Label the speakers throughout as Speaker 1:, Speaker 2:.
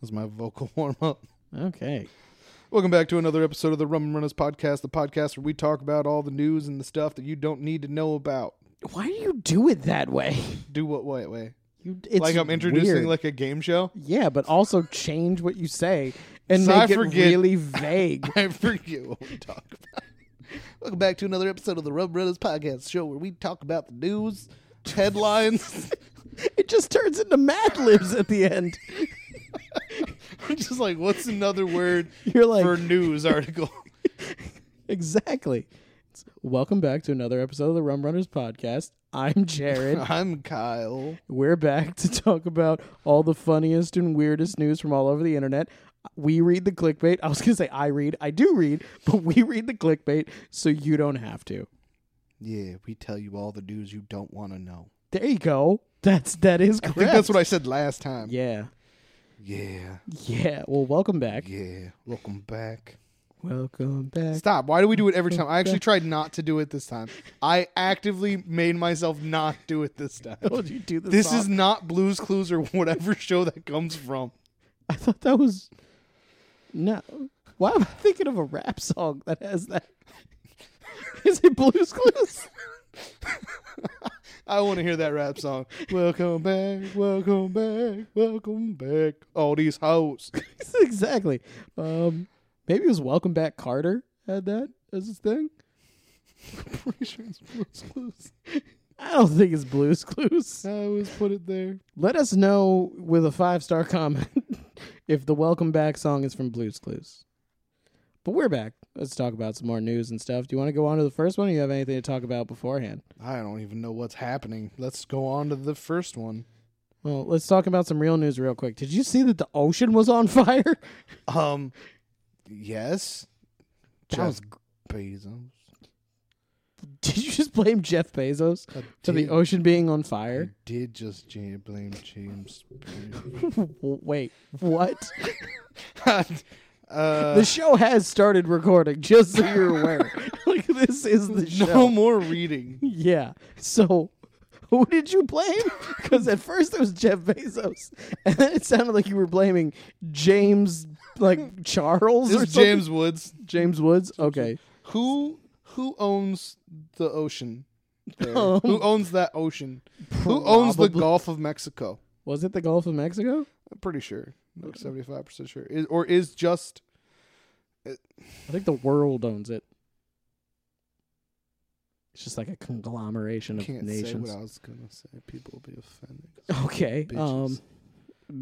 Speaker 1: was my vocal warm up.
Speaker 2: Okay.
Speaker 1: Welcome back to another episode of the Rum and Runners Podcast, the podcast where we talk about all the news and the stuff that you don't need to know about.
Speaker 2: Why do you do it that way?
Speaker 1: Do what way way?
Speaker 2: You, it's
Speaker 1: like I'm introducing
Speaker 2: weird.
Speaker 1: like a game show.
Speaker 2: yeah, but also change what you say and
Speaker 1: So I
Speaker 2: make it
Speaker 1: forget-
Speaker 2: really vague.
Speaker 1: I forget what we talk about. Welcome back to another episode of the Rum and Runners Podcast show where we talk about the news, headlines.
Speaker 2: it just turns into Mad Libs at the end.
Speaker 1: I'm just like, what's another word
Speaker 2: You're like-
Speaker 1: for news article?
Speaker 2: exactly. It's- Welcome back to another episode of the Rum Runners podcast. I'm Jared.
Speaker 1: I'm Kyle.
Speaker 2: We're back to talk about all the funniest and weirdest news from all over the internet. We read the clickbait. I was going to say I read. I do read, but we read the clickbait so you don't have to.
Speaker 1: Yeah, we tell you all the news you don't want to know.
Speaker 2: There you go. That's that is
Speaker 1: I
Speaker 2: correct.
Speaker 1: think that's what I said last time.
Speaker 2: Yeah.
Speaker 1: Yeah.
Speaker 2: Yeah. Well, welcome back.
Speaker 1: Yeah. Welcome back.
Speaker 2: Welcome back.
Speaker 1: Stop. Why do we do it every time? I actually tried not to do it this time. I actively made myself not do it this time.
Speaker 2: How did you do this?
Speaker 1: This
Speaker 2: song?
Speaker 1: is not Blues Clues or whatever show that comes from.
Speaker 2: I thought that was. No. Why am I thinking of a rap song that has that? is it Blues Clues?
Speaker 1: I want to hear that rap song. Welcome back, welcome back, welcome back. All these hoes.
Speaker 2: exactly. Um, maybe it was Welcome Back Carter had that as his thing.
Speaker 1: Pretty sure it's Blues Clues.
Speaker 2: I don't think it's Blues Clues.
Speaker 1: I always put it there.
Speaker 2: Let us know with a five star comment if the Welcome Back song is from Blues Clues. But we're back. Let's talk about some more news and stuff. Do you want to go on to the first one or you have anything to talk about beforehand?
Speaker 1: I don't even know what's happening. Let's go on to the first one.
Speaker 2: Well, let's talk about some real news real quick. Did you see that the ocean was on fire?
Speaker 1: Um, yes.
Speaker 2: That
Speaker 1: Jeff
Speaker 2: was-
Speaker 1: Bezos.
Speaker 2: Did you just blame Jeff Bezos
Speaker 1: I
Speaker 2: for the
Speaker 1: did-
Speaker 2: ocean being on
Speaker 1: I
Speaker 2: fire?
Speaker 1: did just ja- blame James. Beard.
Speaker 2: Wait, what?
Speaker 1: uh,
Speaker 2: the show has started recording, just so you're aware. like, this is the show.
Speaker 1: no more reading.
Speaker 2: Yeah. So who did you blame? Because at first it was Jeff Bezos, and then it sounded like you were blaming James, like Charles or
Speaker 1: This is
Speaker 2: something.
Speaker 1: James Woods.
Speaker 2: James Woods. Okay.
Speaker 1: Who who owns the ocean? there?
Speaker 2: Um,
Speaker 1: who owns that ocean? Who owns the
Speaker 2: Probably-
Speaker 1: Gulf of Mexico?
Speaker 2: Was it the Gulf of Mexico?
Speaker 1: I'm pretty sure. Like seventy five percent sure. Is, or is just
Speaker 2: I think the world owns it. It's just like a conglomeration of
Speaker 1: can't say
Speaker 2: nations.
Speaker 1: what I was gonna say. People will be offended.
Speaker 2: Okay. Um,
Speaker 1: Bitches.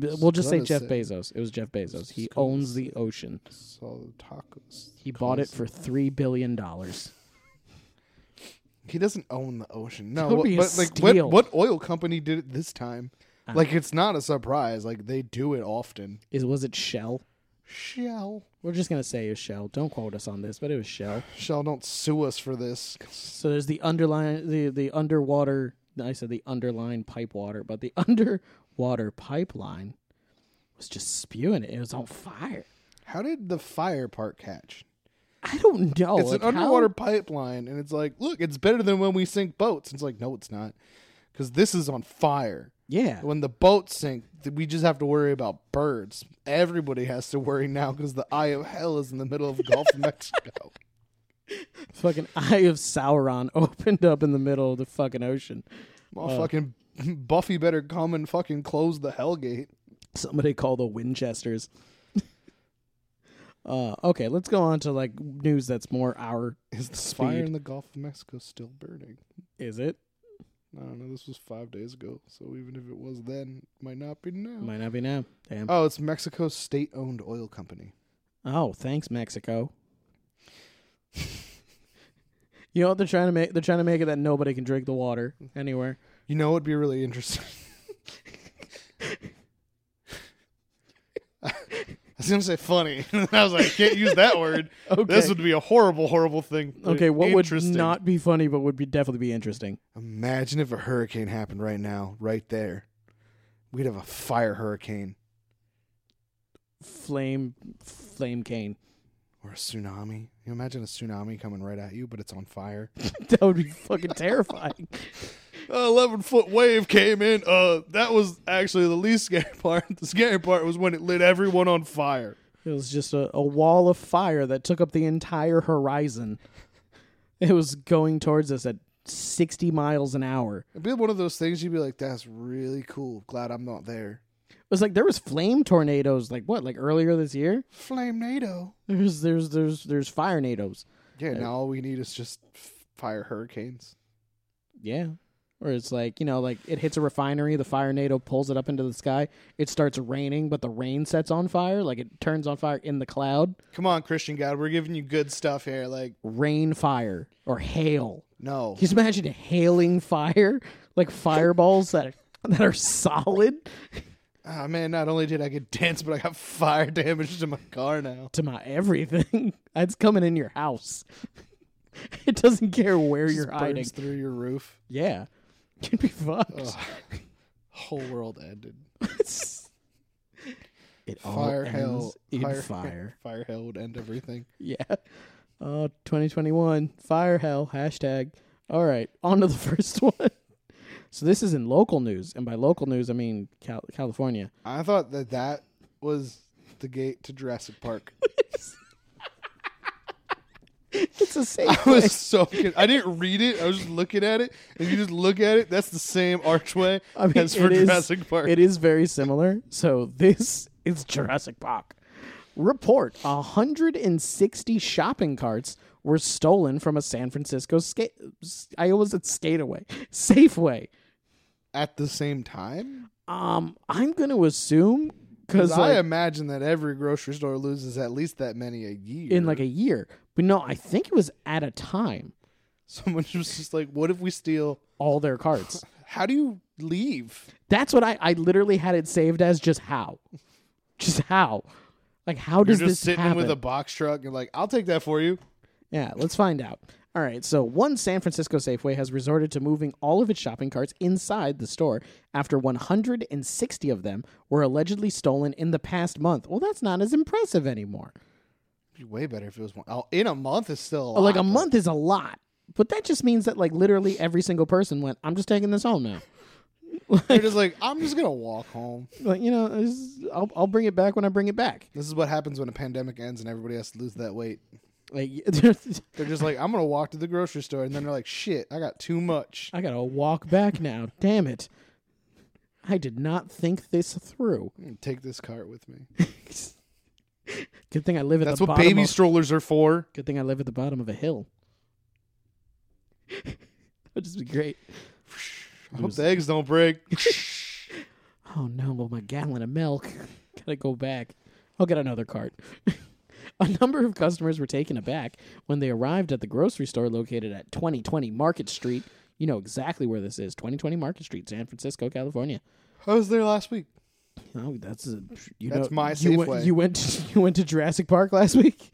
Speaker 2: b- we'll just say
Speaker 1: Gonna
Speaker 2: Jeff
Speaker 1: say-
Speaker 2: Bezos. It was Jeff Bezos. He
Speaker 1: Just gonna
Speaker 2: owns
Speaker 1: say-
Speaker 2: the ocean.
Speaker 1: Saw the tacos.
Speaker 2: He bought it
Speaker 1: Cause-
Speaker 2: for three billion dollars.
Speaker 1: He doesn't own the ocean.
Speaker 2: That
Speaker 1: No,
Speaker 2: would
Speaker 1: what,
Speaker 2: be a
Speaker 1: but like
Speaker 2: steal. Uh-huh.
Speaker 1: what, what oil company did it this time?
Speaker 2: I
Speaker 1: Like it's not a surprise. Like they do it often.
Speaker 2: Is was it Shell?
Speaker 1: Shell,
Speaker 2: We're just gonna say it was Shell. Don't quote us on this, but it was Shell.
Speaker 1: Shell, don't sue us for this.
Speaker 2: So there's the underline, the the underwater. I said the underline pipe water, but the underwater pipeline was just spewing it. It was on fire.
Speaker 1: How did the fire part catch?
Speaker 2: I don't know.
Speaker 1: it's
Speaker 2: Oh, like,
Speaker 1: an
Speaker 2: how-
Speaker 1: underwater pipeline, and it's like, look, it's better than when we sink boats. It's like, no, it's not, because this is on fire.
Speaker 2: Yeah.
Speaker 1: When the boats sink, th- we just have to worry about birds. Everybody has to worry now because the eye of hell is in the middle of Gulf of Mexico.
Speaker 2: Fucking Eye of Sauron opened up in the middle of the fucking ocean.
Speaker 1: Well,
Speaker 2: Uh.
Speaker 1: fucking Buffy better come and fucking close the Hellgate.
Speaker 2: Somebody call the Winchesters. uh, okay, let's go on to like news that's more our.
Speaker 1: Is the
Speaker 2: Speed.
Speaker 1: fire in the Gulf of Mexico still burning?
Speaker 2: Is it?
Speaker 1: I don't know. This was five days ago, so even if it was then, it might not be now.
Speaker 2: Might not be now. Damn.
Speaker 1: Oh, it's Mexico's state-owned oil company.
Speaker 2: Oh, thanks, Mexico. you know what they're trying to make? They're trying to make it that nobody can drink the water anywhere.
Speaker 1: You know, it'd be really interesting. I was gonna say funny. I was like, can't use that word.
Speaker 2: Okay.
Speaker 1: This would be a horrible, horrible thing. but
Speaker 2: okay, what would
Speaker 1: Uh, interesting.
Speaker 2: not be funny, but would be definitely be interesting.
Speaker 1: Imagine if a hurricane happened right now, right there. We'd have a fire hurricane
Speaker 2: Flame, flame cane.
Speaker 1: or a tsunami. You imagine a tsunami coming right at you, but it's on fire.
Speaker 2: that would be fucking terrifying.
Speaker 1: eleven foot wave came in. Uh, that was actually the least scary part. The scary part was when it lit everyone on fire.
Speaker 2: It was just a, a wall of fire that took up the entire horizon. It was going towards us at 60 miles an hour.
Speaker 1: It'd be one of those things you'd be like, "That's really cool. Glad I'm not there."
Speaker 2: It was like there was flame tornadoes like what, like earlier this year?
Speaker 1: Flame NATO.
Speaker 2: There's there's there's there's fire nados.
Speaker 1: Yeah. Now all we need is just f- fire hurricanes.
Speaker 2: Yeah. Or it's like, you know, like it hits a refinery, the fire nado pulls it up into the sky. It starts raining, but the rain sets on fire, like it turns on fire in the cloud.
Speaker 1: Come on, Christian God, we're giving you good stuff here. Like,
Speaker 2: Rain fire or hail.
Speaker 1: no,
Speaker 2: Can you imagine hailing fire? Like fireballs that that are solid
Speaker 1: ah man. Not only did I get dents, but I got fire damage to my car now.
Speaker 2: to my everything. That's coming in your house. It doesn't care where you're
Speaker 1: Burns
Speaker 2: hiding.
Speaker 1: through your roof.
Speaker 2: Yeah. You'd be fucked.
Speaker 1: Whole world ended.
Speaker 2: it all
Speaker 1: Fire hell.
Speaker 2: ends in
Speaker 1: fire,
Speaker 2: fire.
Speaker 1: Fire hell would end everything.
Speaker 2: Yeah. Uh, 2021 fire hell hashtag. All right, on to the first one. So this is in local news, and by local news I mean Cal- California.
Speaker 1: I thought that that was the gate to Jurassic Park.
Speaker 2: It's the same.
Speaker 1: I was so con- I didn't read it. I was just looking at it, and you just look at it. That's the same archway
Speaker 2: I mean,
Speaker 1: as for
Speaker 2: it is-
Speaker 1: Jurassic Park.
Speaker 2: It is very similar. So this is Jurassic Park. Report: 160 shopping carts were stolen from a San Francisco skate. I always at Skateaway, Safeway.
Speaker 1: at the same time,
Speaker 2: Um, I'm gonna assume because
Speaker 1: because I imagine that every grocery store loses at least that many a year.
Speaker 2: in like a year. But no, I think it was at a time.
Speaker 1: someone was just like, "What if we steal?
Speaker 2: All their cards.
Speaker 1: How do you leave?"
Speaker 2: That's what I I literally had it saved as just how, just how, like how
Speaker 1: You're
Speaker 2: does
Speaker 1: just
Speaker 2: this
Speaker 1: sitting
Speaker 2: happen?
Speaker 1: with a box truck and like, "I'll take that for you."
Speaker 2: yeah, let's find out. All right, so one San Francisco Safeway has resorted to moving all of its shopping carts inside the store after 160 of them were allegedly stolen in the past month. Well, that's not as impressive anymore.
Speaker 1: It'd be way better if it was one. Oh, in a month is still a
Speaker 2: But, Oh, like
Speaker 1: lot.
Speaker 2: a month is a lot, but that just means that like literally every single person went, "I'm just taking this home now."
Speaker 1: They're just like, "I'm just gonna walk home."
Speaker 2: like you know, this is- I'll I'll bring it back when I bring it back.
Speaker 1: This is what happens when a pandemic ends and everybody has to lose that weight.
Speaker 2: Like
Speaker 1: They're just like, I'm gonna walk to the grocery store, and then they're like, shit, I got too much.
Speaker 2: I gotta walk back now. Damn it! I did not think this through.
Speaker 1: I'm gonna take this cart with me.
Speaker 2: Good thing I live at
Speaker 1: That's
Speaker 2: the
Speaker 1: what
Speaker 2: bottom.
Speaker 1: baby
Speaker 2: of,
Speaker 1: strollers are for.
Speaker 2: good thing I live at the bottom of a hill. That'd just be great.
Speaker 1: I hope the eggs don't break.
Speaker 2: Oh no, well, my gallon of milk. Gotta go back. I'll get another cart. a number of customers were taken aback when they arrived at the grocery store located at 2020 Market Street. You know exactly where this is 2020 Market Street, San Francisco, California.
Speaker 1: I was there last week.
Speaker 2: Oh, that's a, you
Speaker 1: That's
Speaker 2: know,
Speaker 1: my
Speaker 2: you
Speaker 1: Safeway.
Speaker 2: went, you went to, you went to Jurassic Park last week.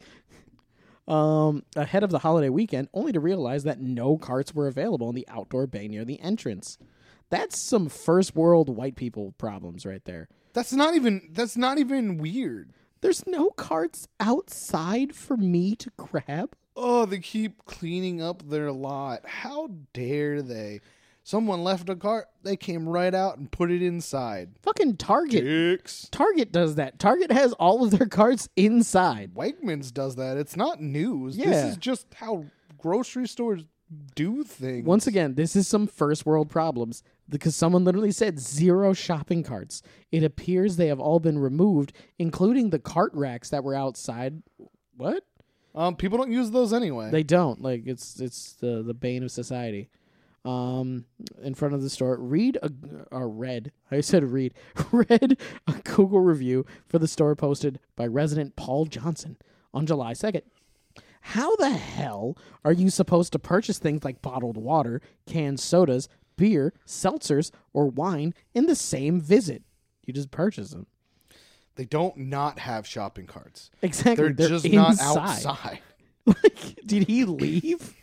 Speaker 2: Um, ahead of the holiday weekend, only to realize that no carts were available in the outdoor bay near the entrance. That's some first world white people problems right there.
Speaker 1: That's not even. That's not even weird.
Speaker 2: There's no carts outside for me to grab.
Speaker 1: Oh, they keep cleaning up their lot. How dare they? Someone left a cart. They came right out and put it inside.
Speaker 2: Fucking Target.
Speaker 1: Dicks.
Speaker 2: Target does that. Target has all of their carts inside.
Speaker 1: Wegmans does that. It's not news.
Speaker 2: Yeah.
Speaker 1: This is just how grocery stores do things.
Speaker 2: Once again, this is some first world problems because someone literally said zero shopping carts. It appears they have all been removed, including the cart racks that were outside. What?
Speaker 1: um, people don't use those anyway.
Speaker 2: They don't. Like it's it's the the bane of society. Um, in front of the store, read a or read. I said read. Read a Google review for the store posted by resident Paul Johnson on July second. How the hell are you supposed to purchase things like bottled water, canned sodas, beer, seltzers, or wine in the same visit? You just purchase them.
Speaker 1: they don't not have shopping carts.
Speaker 2: Exactly.
Speaker 1: They're, just not outside.
Speaker 2: Like, did he leave?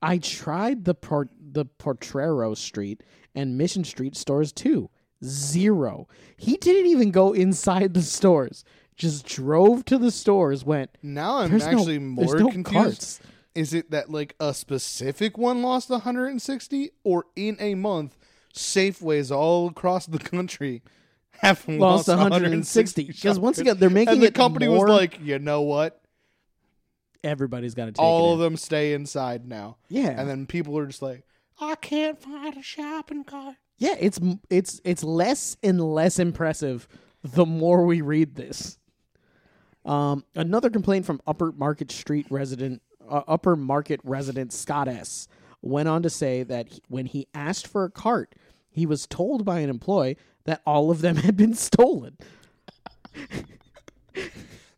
Speaker 2: I tried the Por- the Portrero Street and Mission Street stores too. Zero. He didn't even go inside the stores. Just drove to the stores. Went.
Speaker 1: Now I'm
Speaker 2: There's no-
Speaker 1: actually
Speaker 2: there's
Speaker 1: more
Speaker 2: no
Speaker 1: confused.
Speaker 2: carts.
Speaker 1: Is it that like a specific one lost 160 or in a month Safeways all across the country have
Speaker 2: Lost
Speaker 1: lost,
Speaker 2: 160 because once again they're making
Speaker 1: and the
Speaker 2: it
Speaker 1: company
Speaker 2: more,
Speaker 1: was like, you know what?
Speaker 2: everybody's got to take
Speaker 1: All
Speaker 2: it
Speaker 1: of
Speaker 2: in.
Speaker 1: them stay inside now.
Speaker 2: yeah,
Speaker 1: And then people are just like, I can't find a shopping cart.
Speaker 2: yeah. It's m- it's it's less and less impressive the more we read this. Um, another complaint from Upper Market Street resident uh, Upper Market resident Scott S. went on to say that he- when he asked for a cart, he was told by an employee that all of them had been stolen.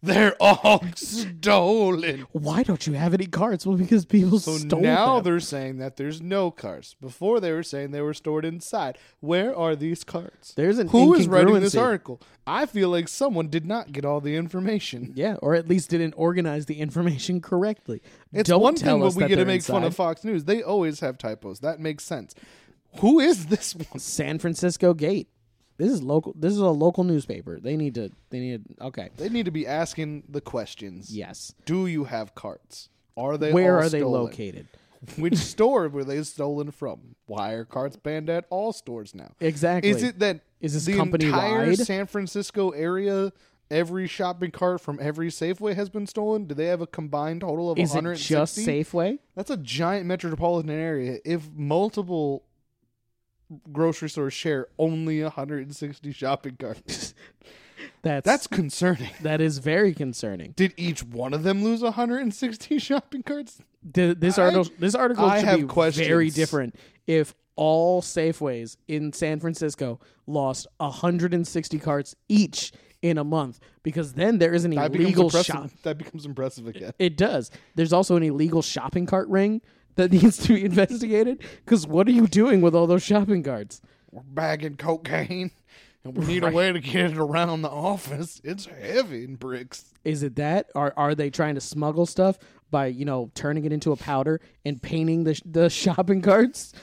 Speaker 1: They're all stolen.
Speaker 2: Why don't you have any carts? Well, because people
Speaker 1: So
Speaker 2: stole
Speaker 1: now
Speaker 2: them.
Speaker 1: they're saying that there's no carts. Before they were saying they were stored inside. Where are these carts?
Speaker 2: There's an
Speaker 1: Who is writing this
Speaker 2: incongruency.
Speaker 1: article? I feel like someone did not get all the information.
Speaker 2: Yeah, or at least didn't organize the information correctly.
Speaker 1: It's
Speaker 2: Don't
Speaker 1: one
Speaker 2: tell
Speaker 1: thing
Speaker 2: us
Speaker 1: when we
Speaker 2: that
Speaker 1: get to
Speaker 2: they're
Speaker 1: make fun
Speaker 2: inside.
Speaker 1: of Fox News. They always have typos. That makes sense. Who is this one?
Speaker 2: San Francisco Gate. This is local. This is a local newspaper. They need to. They need. Okay.
Speaker 1: They need to be asking the questions.
Speaker 2: Yes.
Speaker 1: Do you have carts? Are they
Speaker 2: Where
Speaker 1: all
Speaker 2: are they
Speaker 1: stolen? Oh,
Speaker 2: located?
Speaker 1: Which store were they stolen from? Why are carts banned at all stores now?
Speaker 2: Exactly.
Speaker 1: Is it that
Speaker 2: Is this
Speaker 1: the entire
Speaker 2: company-wide?
Speaker 1: San Francisco area, every shopping cart from every Safeway has been stolen? Do they have a combined total of
Speaker 2: Is it
Speaker 1: 160?
Speaker 2: just Safeway?
Speaker 1: That's a giant metropolitan area. If multiple grocery stores share only 160 shopping carts,
Speaker 2: That's
Speaker 1: that's concerning.
Speaker 2: that is very concerning.
Speaker 1: Did each one of them lose 160 shopping carts?
Speaker 2: Th- this
Speaker 1: I-
Speaker 2: article. This article
Speaker 1: I
Speaker 2: should
Speaker 1: have
Speaker 2: be
Speaker 1: questions.
Speaker 2: very different. If all Safeways in San Francisco lost 160 carts each in a month, because then there is an
Speaker 1: That becomes
Speaker 2: illegal
Speaker 1: impressive.
Speaker 2: shop.
Speaker 1: That becomes impressive again.
Speaker 2: It does. There's also an illegal shopping cart ring that needs to be investigated. Because what are you doing with all those shopping carts?
Speaker 1: We're bagging cocaine, and we need a way to get it around the office. It's heavy in bricks.
Speaker 2: Is it that? Are are they trying to smuggle stuff by you know turning it into a powder and painting the sh- the shopping carts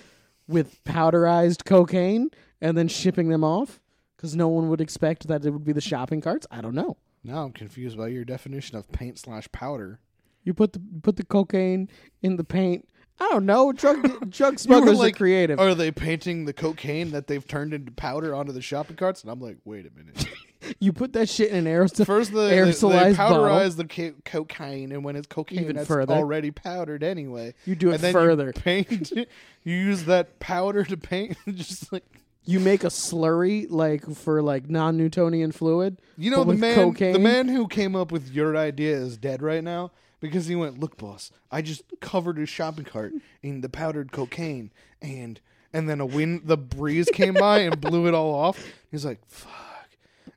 Speaker 2: with powderized cocaine and then shipping them off? Because no one would expect that it would be the shopping carts. I don't know.
Speaker 1: Now I'm confused by your definition of paint slash powder.
Speaker 2: You put the put the cocaine in the paint. I don't know. Drug drug smugglers are creative.
Speaker 1: Are they painting the cocaine that they've turned into powder onto the shopping carts? And I'm like, wait a minute.
Speaker 2: you put that shit in an aerosol-
Speaker 1: First, they, they, they
Speaker 2: aerosolized bottle.
Speaker 1: powderize the ca- cocaine, and when it's cocaine,
Speaker 2: Even
Speaker 1: that's
Speaker 2: further.
Speaker 1: already powdered anyway.
Speaker 2: You do it
Speaker 1: and then
Speaker 2: further.
Speaker 1: You paint. it- you use that powder to paint. just like
Speaker 2: you make a slurry like for like non-Newtonian fluid.
Speaker 1: You know
Speaker 2: but
Speaker 1: the
Speaker 2: with
Speaker 1: man,
Speaker 2: cocaine.
Speaker 1: the man who came up with your idea is dead right now because he went, "Look, boss, I just covered his shopping cart in the powdered cocaine, and and then a wind, the breeze came by and blew it all off." He's like, "Fuck!"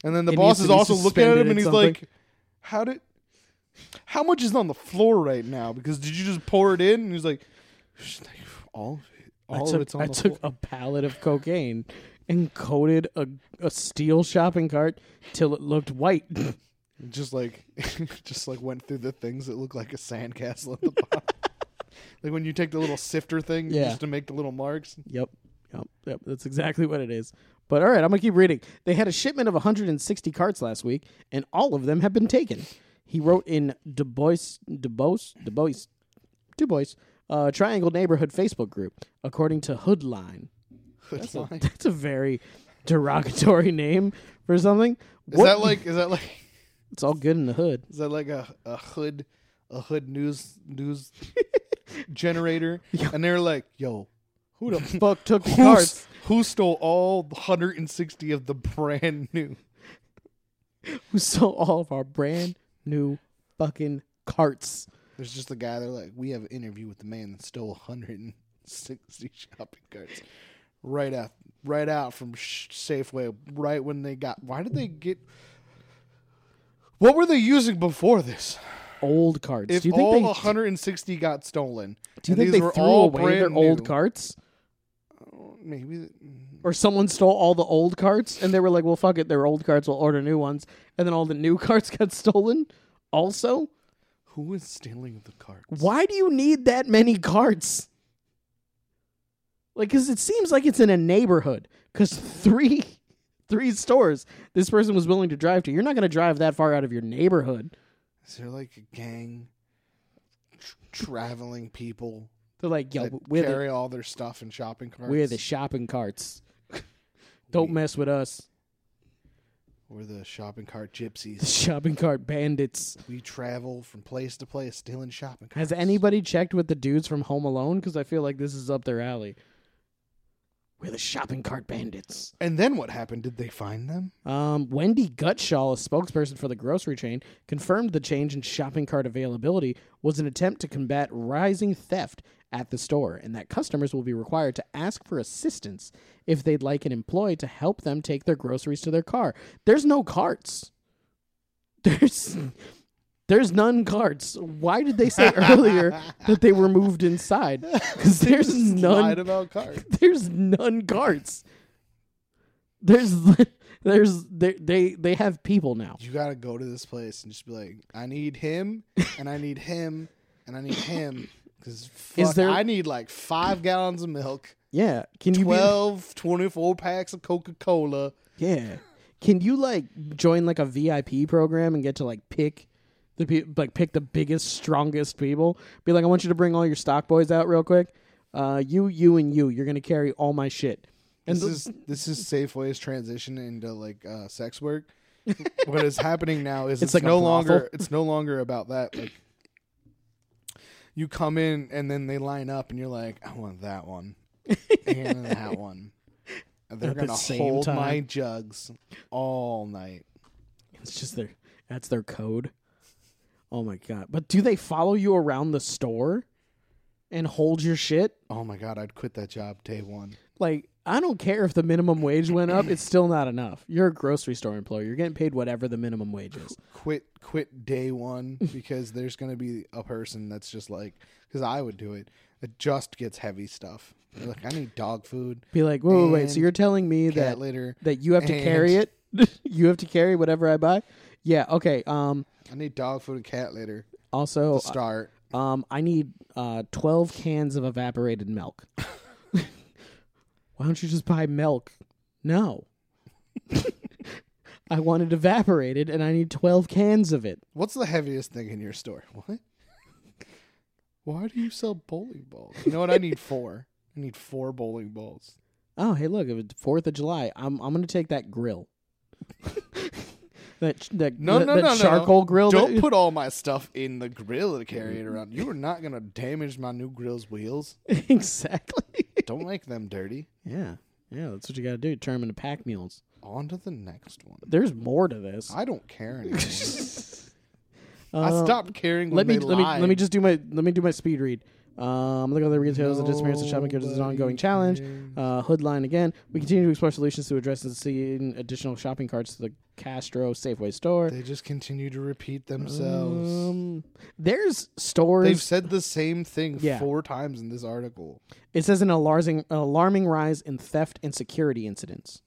Speaker 1: And then the
Speaker 2: It
Speaker 1: boss
Speaker 2: needs
Speaker 1: is
Speaker 2: to be
Speaker 1: also looking at
Speaker 2: suspended
Speaker 1: him and
Speaker 2: in
Speaker 1: he's
Speaker 2: something.
Speaker 1: like, "How did? How much is on the floor right now? Because did you just pour it in?" And he's like, "Shh, like, "All of it,
Speaker 2: I
Speaker 1: all
Speaker 2: took,
Speaker 1: of it's on
Speaker 2: I
Speaker 1: the
Speaker 2: took
Speaker 1: floor."
Speaker 2: a pallet of cocaine and coated a, a steel shopping cart till it looked white.
Speaker 1: just like just like went through the things that look like a sandcastle at the bottom. like when you take the little sifter thing
Speaker 2: Yeah.
Speaker 1: just to make the little marks.
Speaker 2: Yep. Yep. Yep. That's exactly what it is. But all right, I'm going to keep reading. They had a shipment of 160 carts last week, and all of them have been taken. He wrote in Du Bois, Du Bois, Du Bois, Du Bois, uh, Triangle Neighborhood Facebook group, according to Hoodline.
Speaker 1: That's like,
Speaker 2: That's a very derogatory name for something.
Speaker 1: is
Speaker 2: What-
Speaker 1: that like is that like
Speaker 2: it's all good in the hood?
Speaker 1: is that like a, a hood a hood news news generator? And they're like, yo, who the
Speaker 2: Fuck took the
Speaker 1: who's-
Speaker 2: carts.
Speaker 1: who stole all 160 of the brand new?
Speaker 2: Who stole all of our brand new fucking carts?
Speaker 1: There's just a guy. They're like, we have an interview with the man that stole 160 shopping carts right out, right out from Sh- Safeway. Right when they got, why did they get? What were they using before this?
Speaker 2: Old carts.
Speaker 1: If
Speaker 2: do you think
Speaker 1: all
Speaker 2: they?
Speaker 1: 160 got stolen,
Speaker 2: do you think
Speaker 1: and these
Speaker 2: they
Speaker 1: were
Speaker 2: threw
Speaker 1: all
Speaker 2: away their
Speaker 1: brand
Speaker 2: old
Speaker 1: new,
Speaker 2: carts,
Speaker 1: Maybe th-
Speaker 2: or someone stole all the old carts and they were like, "Well, fuck it, they're old carts. We'll order new ones," and then all the new carts got stolen. Also,
Speaker 1: who is stealing the carts?
Speaker 2: why do you need that many carts? Like, because it seems like it's in a neighborhood. Because three, three stores this person was willing to drive to. You're not going to drive that far out of your neighborhood.
Speaker 1: Is there like a gang tr- traveling people
Speaker 2: They're like, yo,
Speaker 1: They
Speaker 2: we're the,
Speaker 1: carry all their stuff in shopping carts.
Speaker 2: we're the shopping carts. Don't
Speaker 1: We-
Speaker 2: mess with us.
Speaker 1: We're the shopping cart
Speaker 2: The
Speaker 1: gypsies.
Speaker 2: shopping cart bandits.
Speaker 1: we travel from place to place stealing shopping carts.
Speaker 2: Has anybody checked with the dudes from Home Alone? Because I feel like this is up their alley. We're the shopping cart bandits.
Speaker 1: And then what happened? Did they find them?
Speaker 2: Um, Wendy Gutshaw, a spokesperson for the grocery chain, confirmed the change in shopping cart availability was an attempt to combat rising theft at the store, and that customers will be required to ask for assistance if they'd like an employee to help them take their groceries to their car. There's no carts. There's there's none carts. Why did they say earlier that they were moved inside? Because there's none
Speaker 1: Lied about carts.
Speaker 2: there's none guards. There's there's they they they have people now.
Speaker 1: You gotta go to this place and just be like, I need him, and I need him, and I need him. Because
Speaker 2: Is there-
Speaker 1: I need like five gallons of milk,
Speaker 2: Yeah, can you be-
Speaker 1: 12, 24 packs of Coca Cola.
Speaker 2: yeah, can you like join like a VIP program and get to like pick the pe- like pick the biggest strongest people? Be like, I want you to bring all your stock boys out real quick. Uh, you you and you, you're gonna carry all my shit. And
Speaker 1: This is this is Safeway's transition into like uh, sex work. what is happening now is
Speaker 2: It's
Speaker 1: it's,
Speaker 2: like a
Speaker 1: no
Speaker 2: brothel.
Speaker 1: longer it's no longer about that. Like you come in and then they line up and you're like, I want that one and that one. And They're
Speaker 2: At the
Speaker 1: gonna
Speaker 2: same
Speaker 1: hold
Speaker 2: time.
Speaker 1: my jugs all night.
Speaker 2: It's just their that's their code. Oh my god! But do they follow you around the store and hold your shit?
Speaker 1: Oh my god, I'd quit that job day one.
Speaker 2: like I don't care if the minimum wage went up, it's still not enough. You're a grocery store employee. You're getting paid whatever the minimum wage is.
Speaker 1: Quit, quit day one because there's gonna be a person that's just like, because I would do it. It just gets heavy stuff. They're like, I need dog food,
Speaker 2: Be like, whoa, wait, wait. So
Speaker 1: And
Speaker 2: you're telling me
Speaker 1: cat
Speaker 2: that
Speaker 1: litter.
Speaker 2: that you have to
Speaker 1: and-
Speaker 2: carry it? you have to carry whatever I buy? Yeah. Okay. Um.
Speaker 1: I need dog food and cat litter.
Speaker 2: Also,
Speaker 1: Start.
Speaker 2: um, I need uh twelve cans of evaporated milk. Why don't you just buy milk? No. I want it evaporated, and I need twelve cans of it.
Speaker 1: What's the heaviest thing in your store? What? Why do you sell bowling balls? You know what? I need four. I need four bowling balls.
Speaker 2: Oh, hey, look, if it's Fourth of July, I'm I'm gonna take that grill. that that,
Speaker 1: No,
Speaker 2: that,
Speaker 1: no,
Speaker 2: that
Speaker 1: no, no.
Speaker 2: charcoal grill. Mm-hmm.
Speaker 1: Don't
Speaker 2: that-
Speaker 1: put all my stuff in the grill to carry it around. You are not gonna damage my new grill's wheels.
Speaker 2: exactly.
Speaker 1: Don't make them dirty.
Speaker 2: yeah, yeah, that's what you gotta do. Turn them into pack mules.
Speaker 1: On to the next one.
Speaker 2: There's more to this.
Speaker 1: I don't care anymore.
Speaker 2: Uh,
Speaker 1: I stopped caring
Speaker 2: Let
Speaker 1: when
Speaker 2: me
Speaker 1: they
Speaker 2: let me
Speaker 1: lied.
Speaker 2: let me just do my let me do my speed read. Um, look at the retailers that disappearance of shopping carts is an
Speaker 1: Nobody
Speaker 2: ongoing challenge.
Speaker 1: cares.
Speaker 2: Uh, hood line again. We continue to explore solutions to address and seeing additional shopping carts to the Castro Safeway store.
Speaker 1: They just continue to repeat
Speaker 2: Uh,
Speaker 1: themselves.
Speaker 2: Um, there's stores.
Speaker 1: They've said the same thing
Speaker 2: Yeah.
Speaker 1: four times in this article,
Speaker 2: It says an alarming, alarming rise in theft and security incidents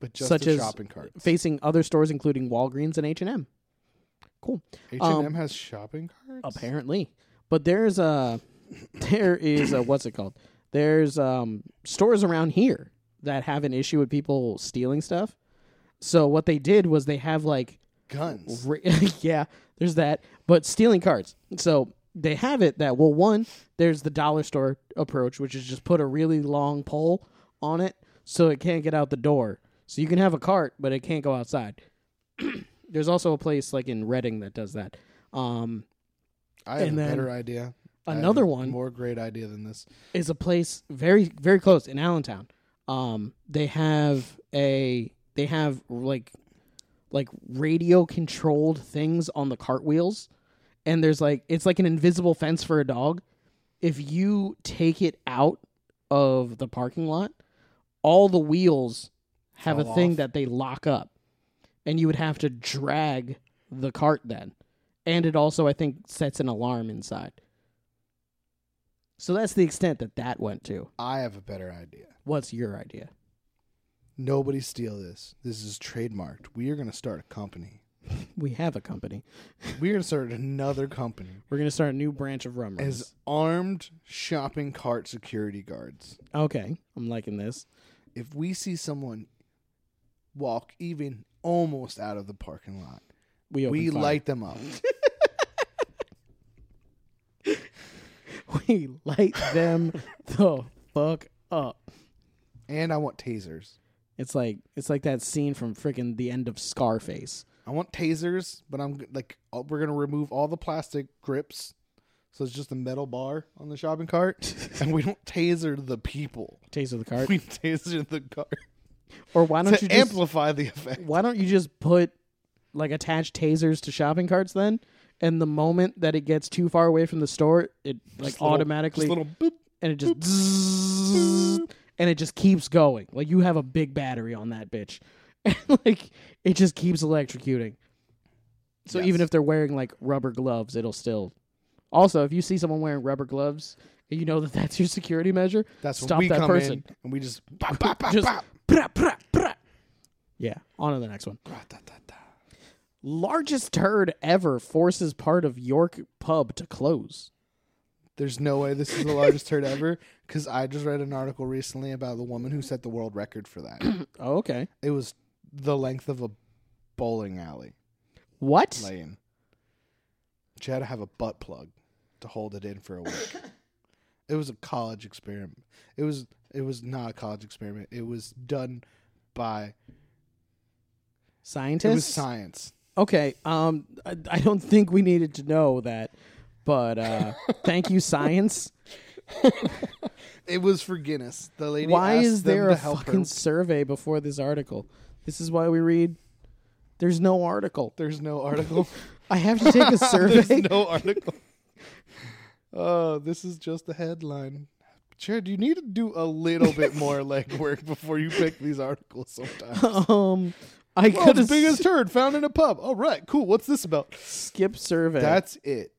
Speaker 1: but just
Speaker 2: Such
Speaker 1: the
Speaker 2: as
Speaker 1: shopping carts.
Speaker 2: facing other stores, including Walgreens and H and M. Cool,
Speaker 1: H&M
Speaker 2: um,
Speaker 1: has shopping carts.
Speaker 2: apparently. But there's a, there is a what's it called? There's um stores around here that have an issue with people stealing stuff. So what they did was they have like
Speaker 1: Guns.
Speaker 2: Ra- yeah, there's that. But stealing cards. So they have it that well, one, there's the dollar store approach, which is just put a really long pole on it so it can't get out the door. So you can have a cart, but it can't go outside. there's also a place like in Reading that does that. Um,
Speaker 1: I have
Speaker 2: and
Speaker 1: a
Speaker 2: then
Speaker 1: better idea. I have
Speaker 2: another
Speaker 1: a
Speaker 2: one-
Speaker 1: More great idea than this.
Speaker 2: is a place very very close in Allentown. Um, they have a they have like like radio controlled things on the cartwheels, and there's like it's like an invisible fence for a dog. If you take it out of the parking lot, all the wheels have a
Speaker 1: Fall
Speaker 2: thing
Speaker 1: off.
Speaker 2: that they lock up, and you would have to drag the cart then. And it also, I think, sets an alarm inside. So that's the extent that that went to.
Speaker 1: I have a better idea.
Speaker 2: What's your idea?
Speaker 1: Nobody steal this. This is trademarked. We are going to start a company.
Speaker 2: We have a company.
Speaker 1: We are going to start another company
Speaker 2: We're gonna start a new branch of Rum Runners.
Speaker 1: as armed shopping cart security guards.
Speaker 2: okay, I'm liking this.
Speaker 1: if we see someone walk even almost out of the parking lot,
Speaker 2: We open
Speaker 1: we
Speaker 2: fire.
Speaker 1: light them up.
Speaker 2: We light them the fuck up.
Speaker 1: And I want tasers.
Speaker 2: It's like it's like that scene from freaking the end of Scarface.
Speaker 1: I want tasers, but I'm g- like, uh, we're gonna remove all the plastic grips, so it's just a metal bar on the shopping cart, and we don't taser the people.
Speaker 2: Taser the cart.
Speaker 1: We taser the cart
Speaker 2: Or why don't
Speaker 1: to
Speaker 2: you just
Speaker 1: amplify the effect.
Speaker 2: why don't you just put like attach tasers to shopping carts then? And the moment that it gets too far away from the store, it like
Speaker 1: Just little-
Speaker 2: automatically
Speaker 1: just little boop.
Speaker 2: and it just zzzz, and it just keeps going. Like you have a big battery on that bitch, and like it just keeps electrocuting. So even
Speaker 1: Yes.
Speaker 2: if they're wearing like rubber gloves, it'll still. Also, if you see someone wearing rubber gloves, and you know that that's your security measure.
Speaker 1: That's
Speaker 2: stop
Speaker 1: when we
Speaker 2: that
Speaker 1: come
Speaker 2: person.
Speaker 1: in and we just bop, bop, bop,
Speaker 2: Just-
Speaker 1: bop.
Speaker 2: Pra, pra, pra. Yeah, on to the next one.
Speaker 1: Ra, da, da, da.
Speaker 2: Largest turd ever forces part of York pub to close.
Speaker 1: There's no way this is the largest turd ever because I just read an article recently about the woman who set the world record for that.
Speaker 2: Oh, okay.
Speaker 1: it was the length of a bowling alley
Speaker 2: What?
Speaker 1: lane. She had to have a butt plug to hold it in for a week. it was a college experiment. It was it was not a college experiment. It was done by
Speaker 2: Scientists?
Speaker 1: it was science.
Speaker 2: Okay. Um, I, I don't think we needed to know that, but uh, thank you, science.
Speaker 1: It was for Guinness. The lady.
Speaker 2: Why
Speaker 1: asked
Speaker 2: is
Speaker 1: them
Speaker 2: there
Speaker 1: to
Speaker 2: a
Speaker 1: help
Speaker 2: fucking
Speaker 1: her.
Speaker 2: survey before this article? This is why we read. There's no article.
Speaker 1: There's no article.
Speaker 2: I have to take a
Speaker 1: There's
Speaker 2: survey.
Speaker 1: no article. Oh, this is just the headline. Jared, you need to do a little bit more legwork before you pick these articles sometimes.
Speaker 2: um, I could
Speaker 1: World's
Speaker 2: have
Speaker 1: biggest turd found in a pub. All right, cool. What's this about?
Speaker 2: skip survey.
Speaker 1: That's it.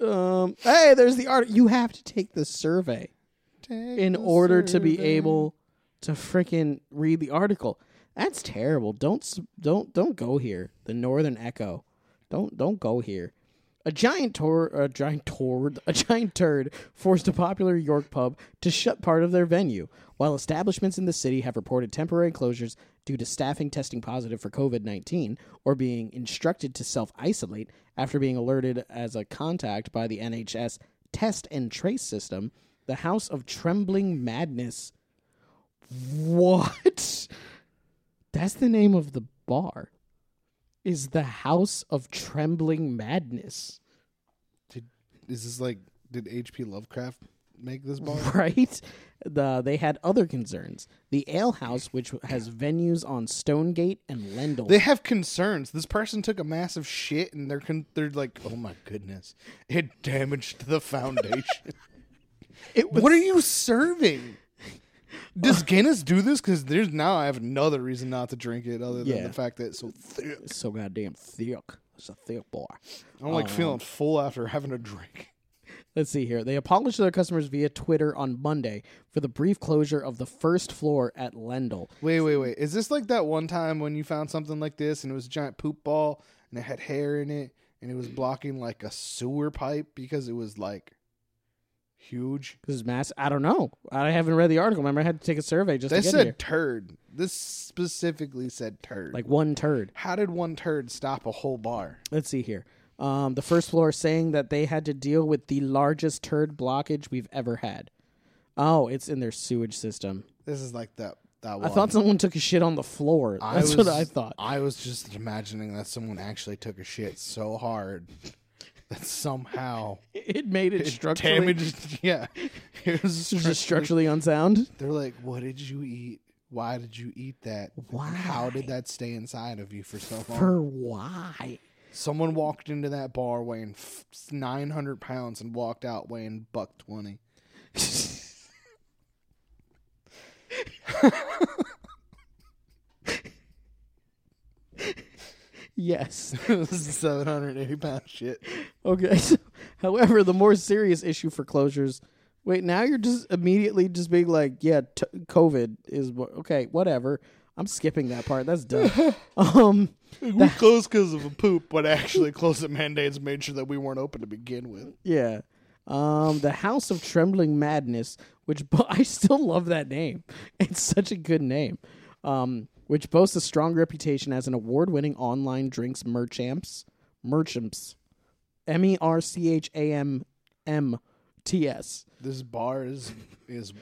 Speaker 2: um, hey, there's the article. You have to take the survey in order to be able to freaking read the article. That's terrible. Don't s- don't don't go here. The Northern Echo. Don't don't go here. A giant tor a giant turd, a giant turd forced a popular York pub to shut part of their venue, while establishments in the city have reported temporary closures due to staffing testing positive for COVID nineteen or being instructed to self isolate after being alerted as a contact by the NHS test and trace system. The House of Trembling Madness. What? That's the name of the bar. Is the House of Trembling Madness.
Speaker 1: Did, is this like? Did H.P. Lovecraft make this bar?
Speaker 2: right? The, they had other concerns. The Ale House, which has venues on Stonegate and Lendl.
Speaker 1: They have concerns. This person took a massive shit, and they're con- they're like, "Oh my goodness, it damaged the foundation."
Speaker 2: It was-
Speaker 1: what are you serving? Does Guinness do this? Because there's now I have another reason not to drink it, other than
Speaker 2: Yeah.
Speaker 1: the fact that it's so thick.
Speaker 2: It's so goddamn thick. It's a thick bar.
Speaker 1: I don't like feeling full after having a drink.
Speaker 2: Let's see here. They apologized to their customers via Twitter on Monday for the brief closure of the first floor at Lendl.
Speaker 1: Wait, wait, wait. Is this like that one time when you found something like this and it was a giant poop ball and it had hair in it and it was blocking like a sewer pipe because it was like huge?
Speaker 2: This is mass. I don't know. I haven't read the article. Remember, I had to take a survey just
Speaker 1: They
Speaker 2: to get
Speaker 1: said
Speaker 2: here.
Speaker 1: turd. This specifically said turd. Like,
Speaker 2: Like one turd.
Speaker 1: how did one turd stop a whole bar?
Speaker 2: Let's see here. Um, the first floor saying that they had to deal with the largest turd blockage we've ever had. Oh, it's in their sewage system.
Speaker 1: This is like that. That
Speaker 2: I thought someone took a shit on the floor. That's what I thought.
Speaker 1: I was just imagining that someone actually took a shit so hard that somehow
Speaker 2: It made it, structurally
Speaker 1: damaged. Yeah, it was
Speaker 2: it was just structurally unsound.
Speaker 1: They're like, "What did you eat? Why did you eat that?
Speaker 2: Why?
Speaker 1: How did that stay inside of you for so long?"
Speaker 2: For why?
Speaker 1: Someone walked into that bar weighing nine hundred pounds and walked out weighing buck twenty.
Speaker 2: Yes.
Speaker 1: Seven hundred eighty pound shit.
Speaker 2: Okay. So, however, the more serious issue for closures. Wait, now you're just immediately just being like, yeah, t- COVID is what. Okay, whatever. I'm skipping that part. That's dumb. um,
Speaker 1: We closed because of a poop, but actually, closed the mandates made sure that we weren't open to begin with.
Speaker 2: yeah. Um, the House of Trembling Madness, which bo- I still love that name. It's such a good name. Um, which boasts a strong reputation as an award-winning online drinks merchamps, merchants, M E R C H A M MTS
Speaker 1: This bar is is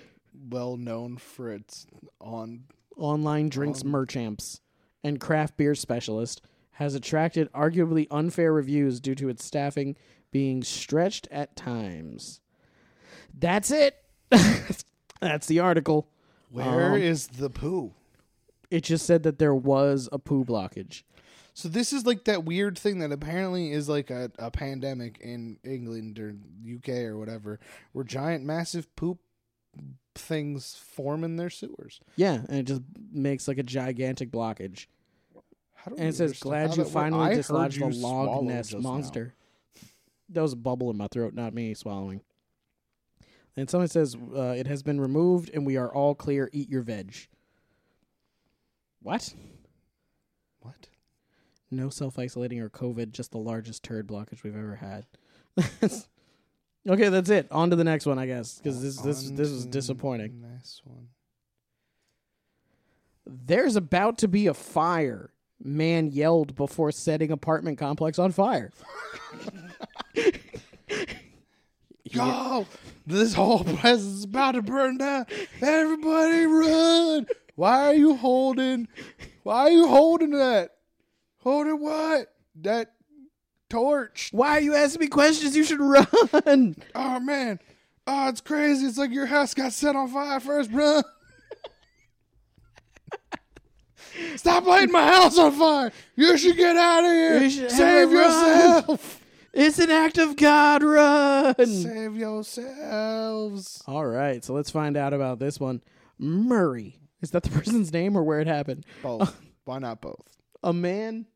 Speaker 1: well known for its on
Speaker 2: online drinks merchants and craft beer specialist has attracted arguably unfair reviews due to its staffing being stretched at times. That's it. That's the article.
Speaker 1: Where is
Speaker 2: Um,
Speaker 1: the poo?
Speaker 2: It just said that there was a poo blockage.
Speaker 1: So this is like that weird thing that apparently is like a, a pandemic in England or UK or whatever, where giant massive poop things form in their sewers.
Speaker 2: Yeah, and it just makes like a gigantic blockage.
Speaker 1: How do
Speaker 2: And
Speaker 1: we
Speaker 2: it says,
Speaker 1: understand how
Speaker 2: "Glad you
Speaker 1: that works? I
Speaker 2: finally
Speaker 1: heard
Speaker 2: dislodged
Speaker 1: you
Speaker 2: the log
Speaker 1: swallow
Speaker 2: nest
Speaker 1: just now.
Speaker 2: monster." That was a bubble in my throat, not me swallowing. And someone says, uh, "It has been removed, and we are all clear. Eat your veg." What?
Speaker 1: What?
Speaker 2: No self isolating or COVID. Just the largest turd blockage we've ever had. okay, that's it. On to the next one, I guess, because this this this was
Speaker 1: On
Speaker 2: disappointing.
Speaker 1: to the Next one.
Speaker 2: There's about to be a fire. Man yelled before setting apartment complex on fire.
Speaker 1: Yo, this whole place is about to burn down. Everybody run. Why are you holding? Why are you holding that? Holding what? That torch.
Speaker 2: Why are you asking me questions? You should run.
Speaker 1: Oh, man. Oh, it's crazy. It's like your house got set on fire first, run. Stop lighting my house on fire. You should get out of
Speaker 2: You
Speaker 1: here.
Speaker 2: should
Speaker 1: Save
Speaker 2: have a run.
Speaker 1: yourself.
Speaker 2: It's an act of God. Run.
Speaker 1: Save yourselves.
Speaker 2: All right, so let's find out about this one. Murray. Is that the person's name or where it happened?
Speaker 1: Both. Why not both?
Speaker 2: A man